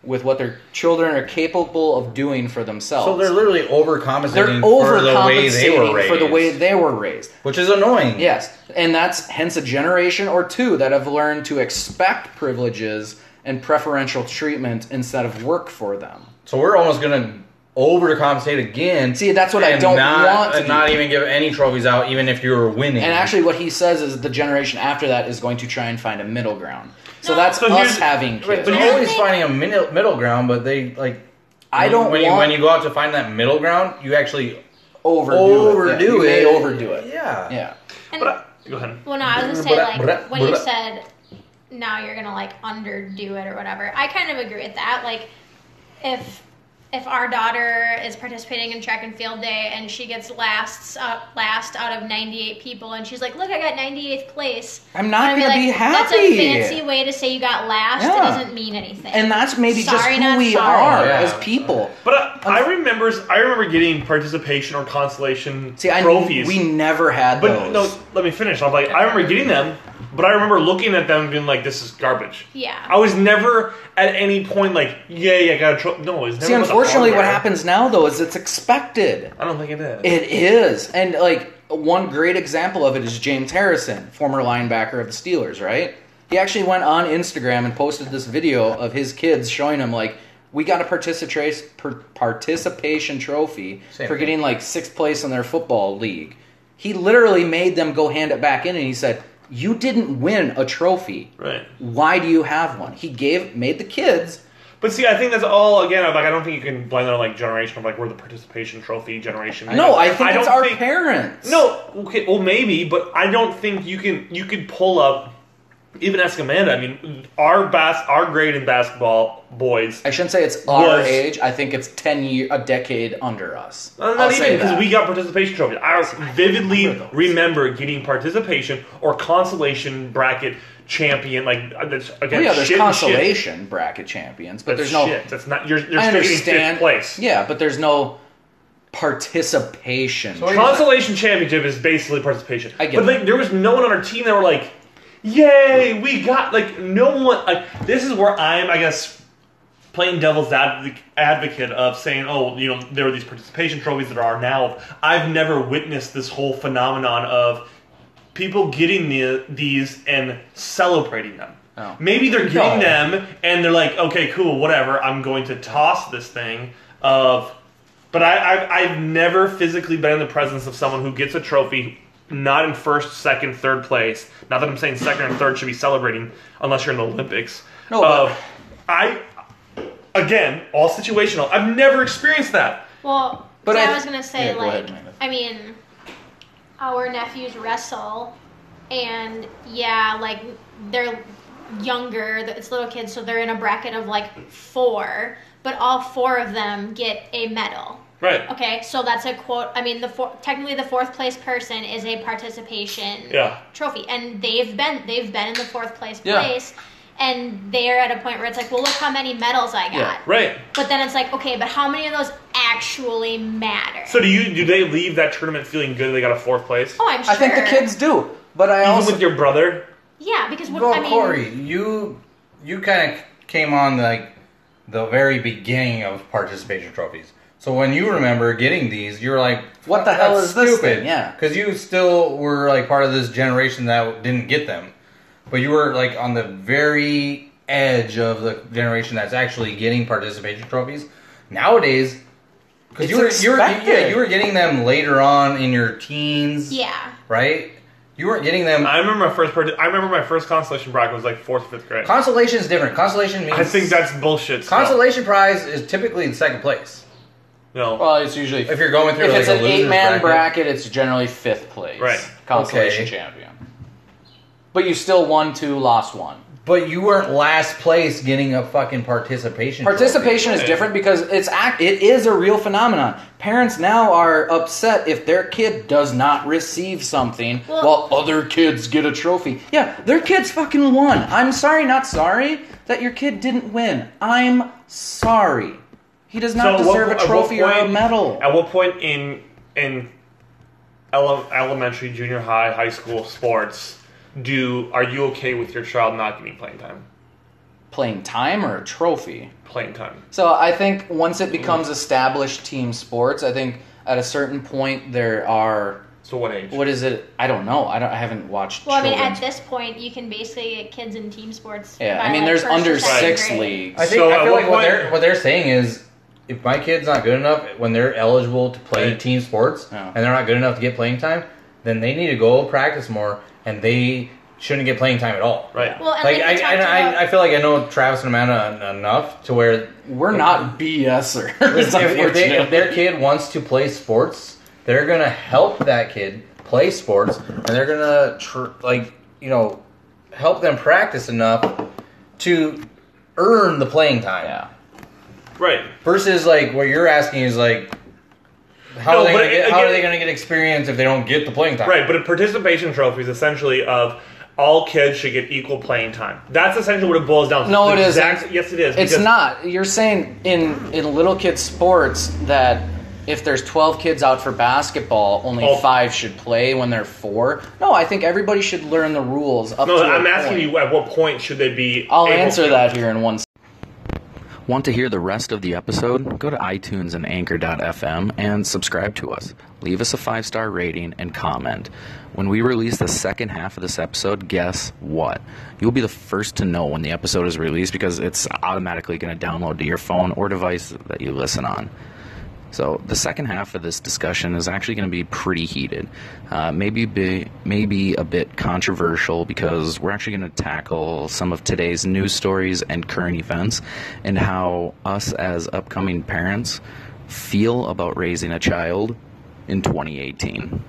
Speaker 5: With what their children are capable of doing for themselves,
Speaker 4: So they're literally overcompensating,
Speaker 5: They're
Speaker 4: for the way they were
Speaker 5: overcompensating
Speaker 4: raised,
Speaker 5: for the way they were raised.
Speaker 4: which is annoying.
Speaker 5: Yes, and that's hence a generation or two that have learned to expect privileges and preferential treatment instead of work for them.
Speaker 4: So we're almost gonna overcompensate again.
Speaker 5: See, that's what I
Speaker 4: and
Speaker 5: don't
Speaker 4: not,
Speaker 5: want to
Speaker 4: And not
Speaker 5: do.
Speaker 4: even give any trophies out, even if you were winning.
Speaker 3: Mm-hmm.
Speaker 5: And actually, what he says is the generation after that is going to try and find a middle ground. So
Speaker 2: No.
Speaker 5: that's
Speaker 3: So
Speaker 5: us
Speaker 3: here's-
Speaker 5: having
Speaker 3: wait,
Speaker 5: kids.
Speaker 4: but
Speaker 2: I
Speaker 4: you're always
Speaker 2: think-
Speaker 4: finding a middle, middle ground. But they like.
Speaker 5: I don't
Speaker 4: when you,
Speaker 5: want
Speaker 4: when you go out to find that middle ground, you actually
Speaker 5: overdo, it.
Speaker 4: overdo
Speaker 5: You may
Speaker 4: it.
Speaker 5: overdo it.
Speaker 4: Yeah.
Speaker 5: Yeah.
Speaker 2: And-
Speaker 3: But I- go ahead.
Speaker 2: Well, no, I was gonna say
Speaker 4: Blah,
Speaker 2: like
Speaker 4: blah,
Speaker 2: when you
Speaker 4: blah.
Speaker 2: said now you're gonna like underdo it or whatever. I kind of agree with that. Like if if our daughter is participating in track and field day and she gets last uh, last out of 98 people and she's like, "Look, I got 98th place."
Speaker 5: I'm not
Speaker 2: I'd
Speaker 5: gonna be
Speaker 2: That's a
Speaker 5: happy."
Speaker 2: fancy way to say you got last. It
Speaker 5: Yeah.
Speaker 2: doesn't mean anything.
Speaker 5: And that's maybe
Speaker 2: Sorry,
Speaker 5: just who
Speaker 2: not
Speaker 5: we
Speaker 2: sorry.
Speaker 5: are
Speaker 4: Yeah.
Speaker 5: as people.
Speaker 3: But I, I remember. I remember getting participation or consolation
Speaker 5: See, I
Speaker 3: trophies.
Speaker 5: we never had
Speaker 3: but
Speaker 5: those.
Speaker 3: no, let me finish. I'm like, I remember getting them, But I remember looking at them and being like, "This is garbage."
Speaker 2: Yeah.
Speaker 3: I was never at any point like, "Yeah, yeah, I got a tro-. no." It's never
Speaker 5: See,
Speaker 3: about the
Speaker 5: unfortunately, what
Speaker 3: hardware.
Speaker 5: happens now though is it's expected.
Speaker 3: I don't think it is.
Speaker 5: It is, and like one great example of it is James Harrison, former linebacker of the Steelers. Right? He actually went on Instagram and posted this video of his kids showing him like. We got a participa- per- participation trophy
Speaker 4: Same
Speaker 5: for
Speaker 4: thing.
Speaker 5: getting like sixth place in their football league. He literally made them go hand it back in, and he said, "You didn't win a trophy.
Speaker 3: right.
Speaker 5: Why do you have one?" He gave made the kids
Speaker 3: But see, I think that's all again. Like, I don't think you can blame that on like generation of like we're the participation trophy generation.
Speaker 5: No, I think
Speaker 3: don't
Speaker 5: it's our
Speaker 3: think-
Speaker 5: parents.
Speaker 3: No, okay, well maybe, but I don't think you can. You could pull up. Even ask Amanda. I mean, our bas- our grade in basketball, boys.
Speaker 5: I shouldn't say it's our
Speaker 3: Was-
Speaker 5: age. I think it's ten year, a decade under us.
Speaker 3: Uh,
Speaker 5: I'll
Speaker 3: Not
Speaker 5: say
Speaker 3: even because
Speaker 5: that.
Speaker 3: we got participation trophies. I vividly
Speaker 5: remember those.
Speaker 3: remember getting participation or consolation bracket champion. Like uh, that's
Speaker 5: Well,
Speaker 3: again,
Speaker 5: Oh, yeah, there's
Speaker 3: shit and shit.
Speaker 5: consolation bracket champions, but
Speaker 3: That's
Speaker 5: there's no.
Speaker 3: shit. That's not. You're, you're
Speaker 5: I
Speaker 3: still getting fifth
Speaker 5: understand.
Speaker 3: place.
Speaker 5: Yeah, but there's no participation.
Speaker 4: So what
Speaker 3: Consolation championship is basically participation.
Speaker 5: I get
Speaker 3: but
Speaker 5: that.
Speaker 3: like, there was no one on our team that were like, "Yay, we got!" Like, no one. Like, this is where I'm, I guess, playing devil's adv- advocate of saying, "Oh, you know, there are these participation trophies that are now." I've never witnessed this whole phenomenon of people getting the, these and celebrating them.
Speaker 5: Oh.
Speaker 3: Maybe they're getting
Speaker 5: No.
Speaker 3: them and they're like, okay, cool, whatever. I'm going to toss this thing of, but I, I've, I've never physically been in the presence of someone who gets a trophy not in first, second, third place. Not that I'm saying second and third should be celebrating unless you're in the Olympics.
Speaker 5: No, but-
Speaker 3: Of, I again, all situational. I've never experienced that.
Speaker 2: Well,
Speaker 5: But
Speaker 2: but
Speaker 5: I
Speaker 2: I,
Speaker 5: th-
Speaker 2: was gonna say
Speaker 5: Yeah, go ahead,
Speaker 2: like
Speaker 5: Amanda.
Speaker 2: I mean, our nephews wrestle, and yeah, like they're younger. th- It's little kids, so they're in a bracket of like four, but all four of them get a medal.
Speaker 3: Right.
Speaker 2: Okay, so that's a quote. I mean, the four, technically the fourth place person is a participation
Speaker 3: Yeah.
Speaker 2: trophy, and they've been they've been in the fourth place
Speaker 5: Yeah.
Speaker 2: place, and they're at a point where it's like, well, look how many medals I got.
Speaker 5: Yeah.
Speaker 3: Right.
Speaker 2: But then it's like, okay, but how many of those actually matter?
Speaker 3: So do you do they leave that tournament feeling good they got a fourth place?
Speaker 2: oh, I'm sure.
Speaker 5: I think the kids do, but I
Speaker 3: Even
Speaker 5: also
Speaker 3: with your brother?
Speaker 2: Yeah, because what
Speaker 4: Well,
Speaker 2: I mean,
Speaker 4: Corey, you you kind of came on like the very beginning of participation trophies. So when you remember getting these, you're like,
Speaker 5: What the hell is this
Speaker 4: Stupid,
Speaker 5: thing? Yeah.
Speaker 4: because you still were like part of this generation that didn't get them, but you were like on the very edge of the generation that's actually getting participation trophies nowadays. Because you were
Speaker 5: It's
Speaker 4: you were yeah,
Speaker 5: expected.
Speaker 4: you were getting them later on in your teens,
Speaker 2: yeah,
Speaker 4: right? You weren't getting them
Speaker 3: I remember my first part- I remember my first constellation bracket was like fourth, fifth grade.
Speaker 4: Consolation is different. Consolation means
Speaker 3: I think that's bullshit. still.
Speaker 4: consolation prize is typically in second place.
Speaker 3: No.
Speaker 5: well, it's usually
Speaker 4: If you're going through,
Speaker 5: if
Speaker 4: like
Speaker 5: it's
Speaker 4: a
Speaker 5: an
Speaker 4: loser's
Speaker 5: eight man bracket.
Speaker 4: bracket,
Speaker 5: it's generally fifth place,
Speaker 3: Right.
Speaker 5: Consolation
Speaker 4: Okay.
Speaker 5: champion. But you still won two, lost one.
Speaker 4: but you weren't last place getting a fucking participation. trophy.
Speaker 5: Participation is different because it's act. It is a real phenomenon. Parents now are upset if their kid does not receive something
Speaker 2: Well-
Speaker 5: while other kids get a trophy. Yeah, their kids fucking won. I'm sorry, not sorry that your kid didn't win. I'm sorry. He does not
Speaker 3: at what
Speaker 5: deserve
Speaker 3: po-
Speaker 5: a
Speaker 3: at
Speaker 5: trophy
Speaker 3: what
Speaker 5: or a
Speaker 3: point-
Speaker 5: medal.
Speaker 3: At what point in in ele- elementary, junior high, high school sports do are you okay with your child not getting playing time?
Speaker 5: Playing time or a trophy.
Speaker 3: Playing time.
Speaker 5: So I think once it becomes established team sports, I think at a certain point there are
Speaker 3: So what age?
Speaker 5: what is it? I don't know. I don't. I haven't watched.
Speaker 2: well, I mean,
Speaker 5: children's
Speaker 2: at this point, you can basically get kids in team sports.
Speaker 5: Yeah,
Speaker 2: by,
Speaker 5: I mean,
Speaker 2: like,
Speaker 5: there's
Speaker 2: first or
Speaker 5: under
Speaker 2: second
Speaker 5: six
Speaker 2: grade.
Speaker 5: leagues.
Speaker 4: I think
Speaker 3: So
Speaker 4: I
Speaker 3: at
Speaker 4: feel
Speaker 3: what
Speaker 4: like what
Speaker 3: point-
Speaker 4: they're what they're saying is, if my kid's not good enough when they're eligible to play
Speaker 3: Right.
Speaker 4: team sports
Speaker 5: Yeah.
Speaker 4: and they're not good enough to get playing time, then they need to go practice more, and they shouldn't get playing time at all.
Speaker 3: Right.
Speaker 2: Well, and
Speaker 4: Like,
Speaker 2: like,
Speaker 4: I,
Speaker 2: we
Speaker 4: I,
Speaker 2: talked
Speaker 4: I,
Speaker 2: about-
Speaker 4: I feel like I know Travis and Amanda en- enough to where
Speaker 5: We're not BSers.
Speaker 4: if, if they, if their
Speaker 5: unfortunately.
Speaker 4: kid wants to play sports, they're gonna help that kid play sports, and they're gonna tr- like you know help them practice enough to earn the playing time.
Speaker 5: Yeah.
Speaker 3: right.
Speaker 4: Versus like what you're asking is like how,
Speaker 3: No,
Speaker 4: are, they
Speaker 3: but
Speaker 4: gonna get, how
Speaker 3: again-
Speaker 4: are they gonna get experience if they don't get the playing time?
Speaker 3: Right, but a participation trophy is essentially of all kids should get equal playing time. That's essentially what it boils down to.
Speaker 5: No,
Speaker 3: The
Speaker 5: it isn't.
Speaker 3: exact- Yes, it is.
Speaker 5: It's
Speaker 3: because-
Speaker 5: not. You're saying in in little kid sports that if there's 12 kids out for basketball, only
Speaker 3: Oh.
Speaker 5: five should play when they're four. No, I think everybody should learn the rules. Up
Speaker 3: No,
Speaker 5: to a
Speaker 3: I'm asking
Speaker 5: point.
Speaker 3: you at what point should they be.
Speaker 5: I'll
Speaker 3: able
Speaker 5: answer
Speaker 3: to-
Speaker 5: that here in one. s-
Speaker 1: Want to hear the rest of the episode? Go to iTunes and Anchor.fm and subscribe to us. Leave us a five star rating and comment. When we release the second half of this episode, guess what? You'll be the first to know when the episode is released because it's automatically going to download to your phone or device that you listen on. So the second half of this discussion is actually going to be pretty heated, uh, maybe be, maybe a bit controversial because we're actually going to tackle some of today's news stories and current events, and how us as upcoming parents feel about raising a child in 2018.